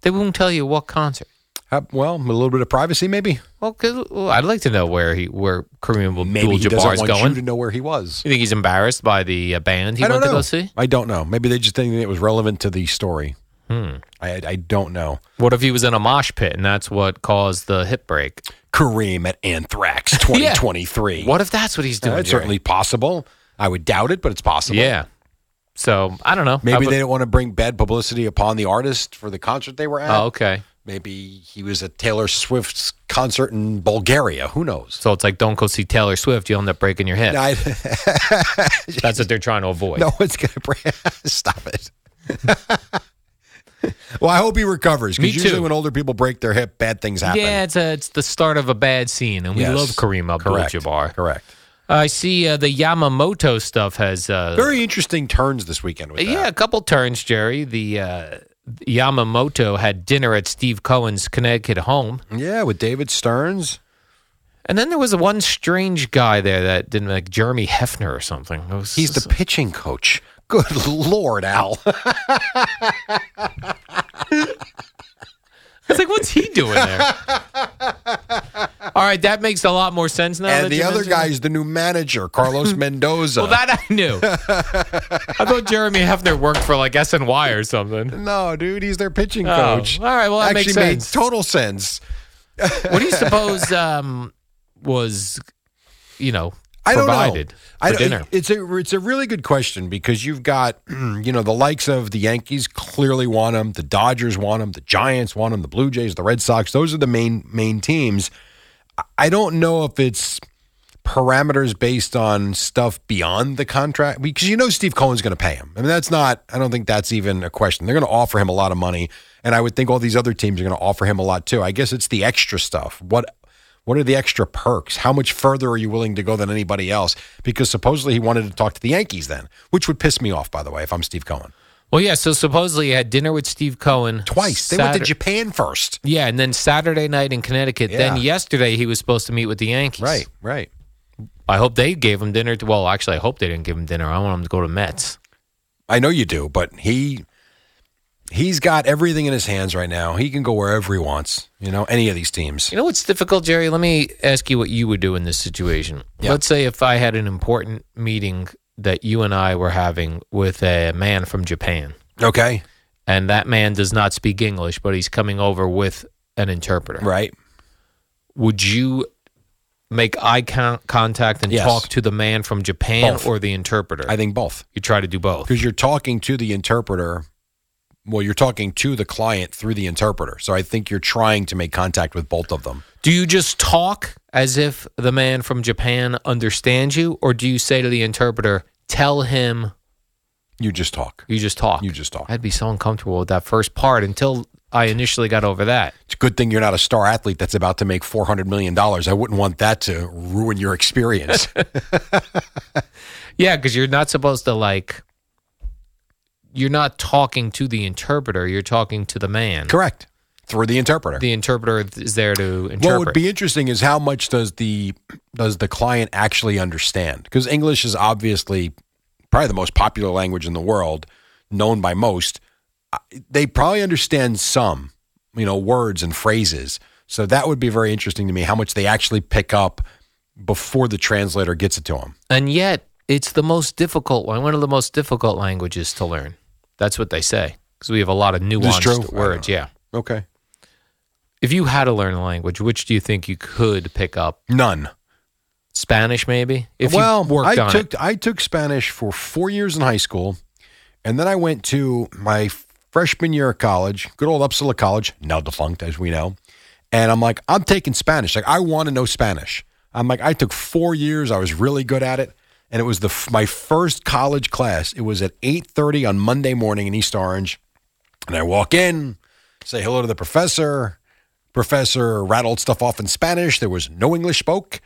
[SPEAKER 2] They won't tell you what concert.
[SPEAKER 1] How- well, a little bit of privacy maybe.
[SPEAKER 2] Well, 'cause- well, I'd like to know where he, where Kareem
[SPEAKER 1] Maybe he doesn't
[SPEAKER 2] Abdul-Jabbar is
[SPEAKER 1] want
[SPEAKER 2] going.
[SPEAKER 1] you to know where he was.
[SPEAKER 2] You think he's embarrassed by the uh, band he
[SPEAKER 1] I don't
[SPEAKER 2] went to
[SPEAKER 1] know.
[SPEAKER 2] go see?
[SPEAKER 1] I don't know. Maybe they just think it was relevant to the story.
[SPEAKER 2] Hmm.
[SPEAKER 1] I I don't know.
[SPEAKER 2] What if he was in a mosh pit and that's what caused the hip break?
[SPEAKER 1] Kareem at
[SPEAKER 2] (laughs)
[SPEAKER 1] Anthrax 2023.
[SPEAKER 2] What if that's what he's doing?
[SPEAKER 1] That's
[SPEAKER 2] Jerry?
[SPEAKER 1] certainly possible. I would doubt it, but it's possible.
[SPEAKER 2] Yeah. So I don't know. I
[SPEAKER 1] Maybe
[SPEAKER 2] would-
[SPEAKER 1] they don't want to bring bad publicity upon the artist for the concert they were at.
[SPEAKER 2] Oh, okay.
[SPEAKER 1] Maybe he was at Taylor Swift's concert in Bulgaria. Who knows?
[SPEAKER 2] So it's like don't go see Taylor Swift. You'll end up breaking your hip.
[SPEAKER 1] I,
[SPEAKER 2] That's what they're trying to avoid.
[SPEAKER 1] (laughs) no one's going to bring. Stop it. (laughs) well, I hope he recovers
[SPEAKER 2] Me
[SPEAKER 1] because usually
[SPEAKER 2] too.
[SPEAKER 1] when older people break their hip, bad things happen.
[SPEAKER 2] Yeah, it's, a, it's the start of a bad scene, and we
[SPEAKER 1] Yes.
[SPEAKER 2] love Kareem
[SPEAKER 1] Correct.
[SPEAKER 2] Abdul-Jabbar.
[SPEAKER 1] Correct.
[SPEAKER 2] I see uh, the Yamamoto stuff has uh,
[SPEAKER 1] Very interesting turns this weekend with that.
[SPEAKER 2] Yeah, a couple turns, Jerry. The uh, Yamamoto had dinner at Steve Cohen's Connecticut home.
[SPEAKER 1] Yeah, with David Stearns.
[SPEAKER 2] And then there was one strange guy there that didn't like Jeremy Hefner or something. It was-
[SPEAKER 1] He's the pitching coach. Good (laughs)
[SPEAKER 2] (laughs)
[SPEAKER 1] Lord, Al.
[SPEAKER 2] I was like, what's he doing there? All right, that makes a lot more sense now. that
[SPEAKER 1] and the
[SPEAKER 2] you
[SPEAKER 1] other
[SPEAKER 2] mention it.
[SPEAKER 1] guy is the new
[SPEAKER 2] (laughs)
[SPEAKER 1] manager, Carlos Mendoza.
[SPEAKER 2] Well, that I
[SPEAKER 1] (laughs)
[SPEAKER 2] knew. I thought Jeremy Hefner worked for like SNY or something.
[SPEAKER 1] no, dude, he's their pitching
[SPEAKER 2] Oh,
[SPEAKER 1] coach.
[SPEAKER 2] all right, well, that
[SPEAKER 1] Actually
[SPEAKER 2] makes
[SPEAKER 1] made
[SPEAKER 2] sense.
[SPEAKER 1] total sense.
[SPEAKER 2] What do you suppose um, was, you know,
[SPEAKER 1] I don't
[SPEAKER 2] provided
[SPEAKER 1] know.
[SPEAKER 2] for
[SPEAKER 1] I don't-
[SPEAKER 2] dinner?
[SPEAKER 1] It's a it's a really good question because you've got (clears throat) you know the likes of the Yankees clearly want him, the Dodgers want him, the Giants want him, the Blue Jays, the Red Sox. Those are the main main teams. I- I don't know if it's parameters based on stuff beyond the contract because you know Steve Cohen's going to pay him. I mean that's not I don't think that's even a question. They're going to offer him a lot of money and I would think all these other teams are going to offer him a lot too. I guess it's the extra stuff. What what are the extra perks? How much further are you willing to go than anybody else? Because supposedly he wanted to talk to the Yankees then, which would piss me off, by the way, if I'm Steve Cohen.
[SPEAKER 2] Well, yeah. So supposedly you had dinner with Steve Cohen
[SPEAKER 1] Twice. They went to
[SPEAKER 2] Satur-
[SPEAKER 1] Japan first.
[SPEAKER 2] Yeah, and then Saturday night in Connecticut. Then
[SPEAKER 1] Yeah.
[SPEAKER 2] yesterday he was supposed to meet with the Yankees.
[SPEAKER 1] Right, right.
[SPEAKER 2] I hope they gave him dinner. To, well, actually, I hope they didn't give him dinner. I want him to go to Mets.
[SPEAKER 1] I know you do, but he he's got everything in his hands right now. He can go wherever he wants, you know, any of these teams.
[SPEAKER 2] You know what's difficult, Jerry? Let me ask you what you would do in this situation. Let's say if I had an important meeting that you and I were having with a man from Japan,
[SPEAKER 1] Okay.
[SPEAKER 2] and that man does not speak English, but he's coming over with an interpreter.
[SPEAKER 1] Right.
[SPEAKER 2] Would you make eye con- contact and
[SPEAKER 1] Yes.
[SPEAKER 2] talk to the man from Japan
[SPEAKER 1] Both.
[SPEAKER 2] or the interpreter?
[SPEAKER 1] I think both.
[SPEAKER 2] you try to do both.
[SPEAKER 1] Because you're talking to the interpreter. Well, you're talking to the client through the interpreter. So I think you're trying to make contact with both of them.
[SPEAKER 2] Do you just talk as if the man from Japan understands you, or do you say to the interpreter, "Tell him
[SPEAKER 1] You just talk.
[SPEAKER 2] you just talk"?
[SPEAKER 1] You just talk.
[SPEAKER 2] I'd be so uncomfortable with that first part until I initially got over that.
[SPEAKER 1] It's a good thing you're not a star athlete that's about to make four hundred million dollars. I wouldn't want that to ruin your experience.
[SPEAKER 2] Yeah, because you're not supposed to like. You're not talking to the interpreter. You're talking to the man.
[SPEAKER 1] Correct. Through the interpreter.
[SPEAKER 2] The interpreter is there to interpret.
[SPEAKER 1] what would be interesting is how much does the does the client actually understand? Because English is obviously probably the most popular language in the world, known by most. I- They probably understand some, you know, words and phrases. So that would be very interesting to me how much they actually pick up before the translator gets it to them.
[SPEAKER 2] and yet, it's the most difficult one. One of the most difficult languages to learn. That's what they say because we have a lot of
[SPEAKER 1] this true? I
[SPEAKER 2] nuanced
[SPEAKER 1] don't
[SPEAKER 2] words.
[SPEAKER 1] know.
[SPEAKER 2] Yeah.
[SPEAKER 1] Okay.
[SPEAKER 2] If you had to learn a language, which do you think you could pick up?
[SPEAKER 1] None.
[SPEAKER 2] Spanish, maybe. If
[SPEAKER 1] well,
[SPEAKER 2] you worked
[SPEAKER 1] I
[SPEAKER 2] on
[SPEAKER 1] took
[SPEAKER 2] it.
[SPEAKER 1] I took Spanish for four years in high school, and then I went to my freshman year of college, good old Upsala College, now defunct as we know. And I'm like, I'm taking Spanish. Like, I want to know Spanish. I'm like, I took four years. I was really good at it, and it was the f- my first college class. It was at 8:30 on Monday morning in East Orange, and I walk in, say hello to the professor. Professor rattled stuff off in Spanish. There was no English spoke.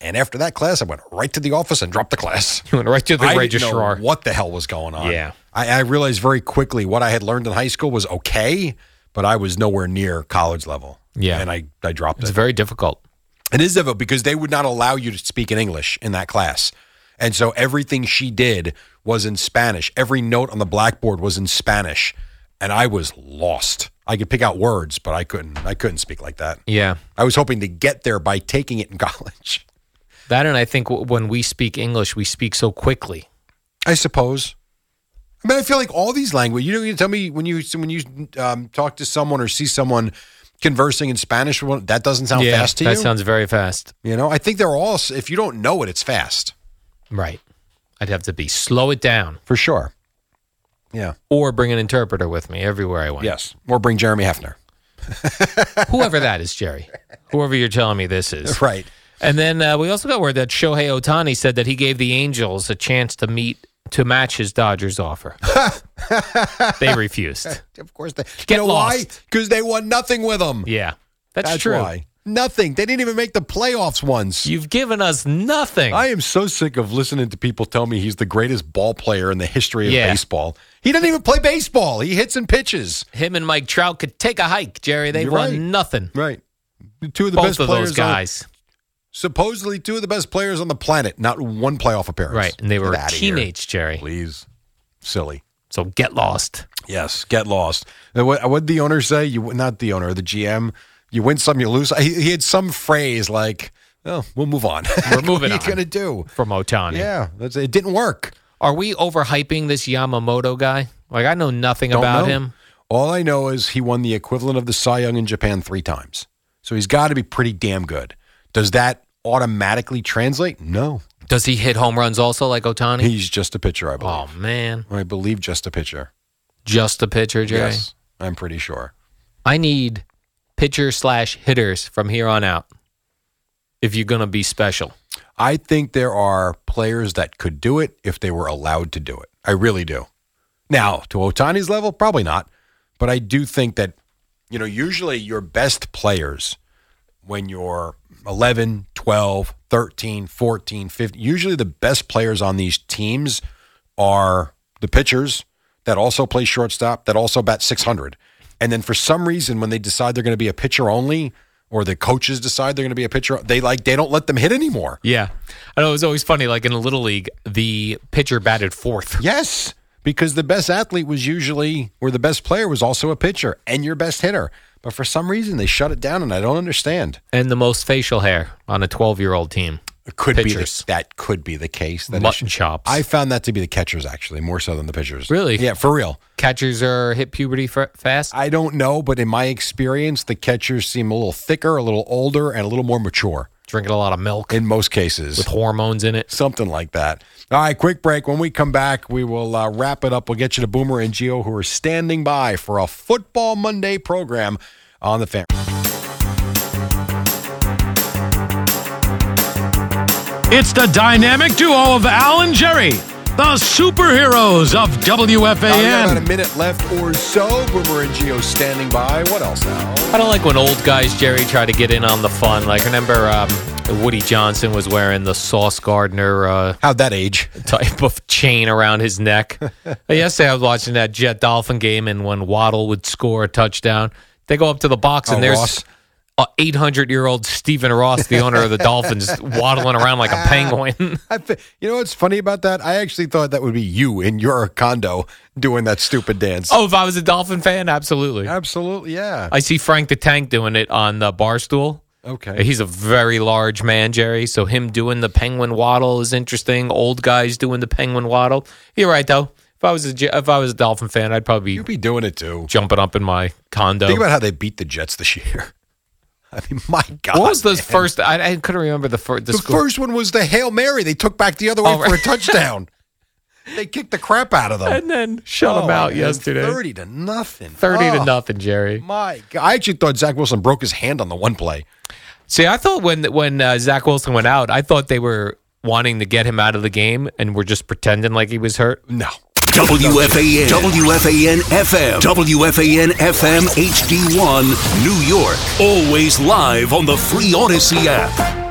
[SPEAKER 1] And after that class, I went right to the office and dropped the class.
[SPEAKER 2] (laughs) You went right to the
[SPEAKER 1] I
[SPEAKER 2] registrar.
[SPEAKER 1] didn't know what the hell was going on.
[SPEAKER 2] Yeah.
[SPEAKER 1] I, I realized very quickly what I had learned in high school was okay, but I was nowhere near college level.
[SPEAKER 2] Yeah.
[SPEAKER 1] And I, I dropped
[SPEAKER 2] It's
[SPEAKER 1] it.
[SPEAKER 2] very difficult.
[SPEAKER 1] It is difficult because they would not allow you to speak in English in that class. And so everything she did was in Spanish. Every note on the blackboard was in Spanish. And I was lost. I could pick out words, but I couldn't I couldn't speak like that.
[SPEAKER 2] Yeah.
[SPEAKER 1] I was hoping to get there by taking it in (laughs) college.
[SPEAKER 2] That and I think w- when we speak English, we speak so quickly.
[SPEAKER 1] I suppose. I mean, I feel like all these language. You know, you tell me when you when you um, talk to someone or see someone conversing in Spanish, well, that doesn't sound fast to
[SPEAKER 2] that
[SPEAKER 1] you.
[SPEAKER 2] sounds very fast.
[SPEAKER 1] you know, I think they're all. s- If you don't know it, it's fast
[SPEAKER 2] Right. I'd have to be slow it down
[SPEAKER 1] for sure. Yeah.
[SPEAKER 2] or bring an interpreter with me everywhere I went.
[SPEAKER 1] Yes. Or bring Jeremy Hefner.
[SPEAKER 2] (laughs)
[SPEAKER 1] (laughs)
[SPEAKER 2] Whoever that is, Jerry. Whoever you're telling me this is.
[SPEAKER 1] Right.
[SPEAKER 2] And then uh, we also got word that Shohei Otani said that he gave the Angels a chance to meet to match his Dodgers
[SPEAKER 1] (laughs)
[SPEAKER 2] offer. they refused.
[SPEAKER 1] Of course they
[SPEAKER 2] Get
[SPEAKER 1] you know why?
[SPEAKER 2] lost.
[SPEAKER 1] Because they won nothing with them.
[SPEAKER 2] Yeah. That's,
[SPEAKER 1] That's
[SPEAKER 2] true.
[SPEAKER 1] why. Nothing. They didn't even make the playoffs once.
[SPEAKER 2] You've given us nothing.
[SPEAKER 1] I am so sick of listening to people tell me he's the greatest ball player in the history of
[SPEAKER 2] Yeah.
[SPEAKER 1] baseball. He doesn't even play baseball. He hits and pitches.
[SPEAKER 2] Him and Mike Trout could take a hike, Jerry. They've
[SPEAKER 1] You're
[SPEAKER 2] won
[SPEAKER 1] right.
[SPEAKER 2] nothing.
[SPEAKER 1] Right. Two of the
[SPEAKER 2] Both
[SPEAKER 1] best
[SPEAKER 2] of
[SPEAKER 1] players
[SPEAKER 2] those
[SPEAKER 1] on-
[SPEAKER 2] guys.
[SPEAKER 1] supposedly two of the best players on the planet, not one playoff appearance.
[SPEAKER 2] Right, and they
[SPEAKER 1] Get
[SPEAKER 2] were
[SPEAKER 1] outta here.
[SPEAKER 2] teammates, Jerry.
[SPEAKER 1] Please, silly.
[SPEAKER 2] So get lost.
[SPEAKER 1] Yes, get lost. And What what the owner say? You not the owner, the GM. You win some, you lose. He, he had some phrase like, "Oh, we'll move on.
[SPEAKER 2] We're moving
[SPEAKER 1] (laughs) what are you
[SPEAKER 2] on.
[SPEAKER 1] gonna do?"
[SPEAKER 2] From Otani.
[SPEAKER 1] Yeah, that's, it didn't work.
[SPEAKER 2] Are we overhyping this Yamamoto guy? Like I know nothing about
[SPEAKER 1] know.
[SPEAKER 2] him.
[SPEAKER 1] All I know is he won the equivalent of the Cy Young in Japan three times. So he's got to be pretty damn good. Does that automatically translate? No.
[SPEAKER 2] Does he hit home runs also like Otani?
[SPEAKER 1] He's just a pitcher, I believe.
[SPEAKER 2] oh man,
[SPEAKER 1] I believe just a pitcher.
[SPEAKER 2] just a pitcher, Jerry.
[SPEAKER 1] Yes, I'm pretty sure.
[SPEAKER 2] I need pitcher slash hitters from here on out. If you're gonna be special,
[SPEAKER 1] I think there are players that could do it if they were allowed to do it. I really do. Now, to Otani's level, probably not. But I do think that, you know, usually your best players when you're 11, 12, 13, 14, 15, usually the best players on these teams are the pitchers that also play shortstop, that also bat 600. And then for some reason, when they decide they're going to be a pitcher only, or the coaches decide they're going to be a pitcher, they like, they don't let them hit anymore.
[SPEAKER 2] yeah. I know it was always funny. Like in the little league, the pitcher batted fourth.
[SPEAKER 1] Yes, because the best athlete was usually, or the best player was also a pitcher and your best hitter. But for some reason, they shut it down, and I don't understand.
[SPEAKER 2] and the most facial hair on a 12 year old team.
[SPEAKER 1] It could
[SPEAKER 2] Pitchers.
[SPEAKER 1] be the, that could be the case. That
[SPEAKER 2] Mutton
[SPEAKER 1] is-
[SPEAKER 2] chops.
[SPEAKER 1] I found that to be the catchers actually more so than the pitchers.
[SPEAKER 2] Really?
[SPEAKER 1] Yeah, for real.
[SPEAKER 2] Catchers are hit puberty fa- fast.
[SPEAKER 1] I don't know, but in my experience, the catchers seem a little thicker, a little older, and a little more mature
[SPEAKER 2] Drinking a lot of milk
[SPEAKER 1] in most cases.
[SPEAKER 2] with hormones in it.
[SPEAKER 1] Something like that. All right, quick break. When we come back, we will uh, wrap it up. We'll get you to Boomer and Geo, who are standing by for a Football Monday program on the fan.
[SPEAKER 4] It's the dynamic duo of Al and Jerry, the superheroes of
[SPEAKER 1] Uh, we got about
[SPEAKER 4] WFAN.
[SPEAKER 1] a minute left or so. Boomer and Geo standing by. What else, Al?
[SPEAKER 2] I don't like when old guys, Jerry, try to get in on the fun. Like, remember um, Woody Johnson was wearing the Sauce Gardner uh, (laughs)
[SPEAKER 1] How'd that age?
[SPEAKER 2] type of chain around his
[SPEAKER 1] (laughs)
[SPEAKER 2] neck. Yesterday, I was watching that Jet Dolphin game, and when Waddle would score a touchdown, they go up to the box, and
[SPEAKER 1] Oh,
[SPEAKER 2] there's.
[SPEAKER 1] Ross.
[SPEAKER 2] A 800 year old Stephen Ross, the owner of the
[SPEAKER 1] (laughs)
[SPEAKER 2] Dolphins, waddling around like a penguin.
[SPEAKER 1] I fe- you know what's funny about that? I actually thought that would be you in your condo doing that stupid dance.
[SPEAKER 2] oh, if I was a Dolphin fan, absolutely.
[SPEAKER 1] absolutely. Yeah.
[SPEAKER 2] I see Frank the Tank doing it on the bar stool.
[SPEAKER 1] okay.
[SPEAKER 2] Uh, He's a very large man, Jerry. So him doing the penguin waddle is interesting. Old guys doing the penguin waddle. You're right though. If I was a J- if I was a Dolphin fan, I'd probably
[SPEAKER 1] You'd
[SPEAKER 2] be
[SPEAKER 1] be doing it too.
[SPEAKER 2] jumping up in my condo.
[SPEAKER 1] Think about how they beat the Jets this year. (laughs) I mean, my God.
[SPEAKER 2] what was the
[SPEAKER 1] man.
[SPEAKER 2] first? I, I couldn't remember the first. The,
[SPEAKER 1] The
[SPEAKER 2] score.
[SPEAKER 1] first one was the Hail Mary. They took back the other way
[SPEAKER 2] Oh,
[SPEAKER 1] for a
[SPEAKER 2] right. (laughs)
[SPEAKER 1] touchdown. they kicked the crap out of them.
[SPEAKER 2] and then shut him
[SPEAKER 1] Oh,
[SPEAKER 2] out
[SPEAKER 1] man,
[SPEAKER 2] yesterday. Thirty,
[SPEAKER 1] 30 to nothing.
[SPEAKER 2] to
[SPEAKER 1] Oh,
[SPEAKER 2] nothing, Jerry.
[SPEAKER 1] My God. I actually thought Zach Wilson broke his hand on the one play.
[SPEAKER 2] See, I thought when when uh, Zach Wilson went out, I thought they were wanting to get him out of the game and were just pretending like he was hurt.
[SPEAKER 1] No.
[SPEAKER 5] WFAN, WFAN FM, WFAN FM HD1, New York. Always live on the free Odyssey app.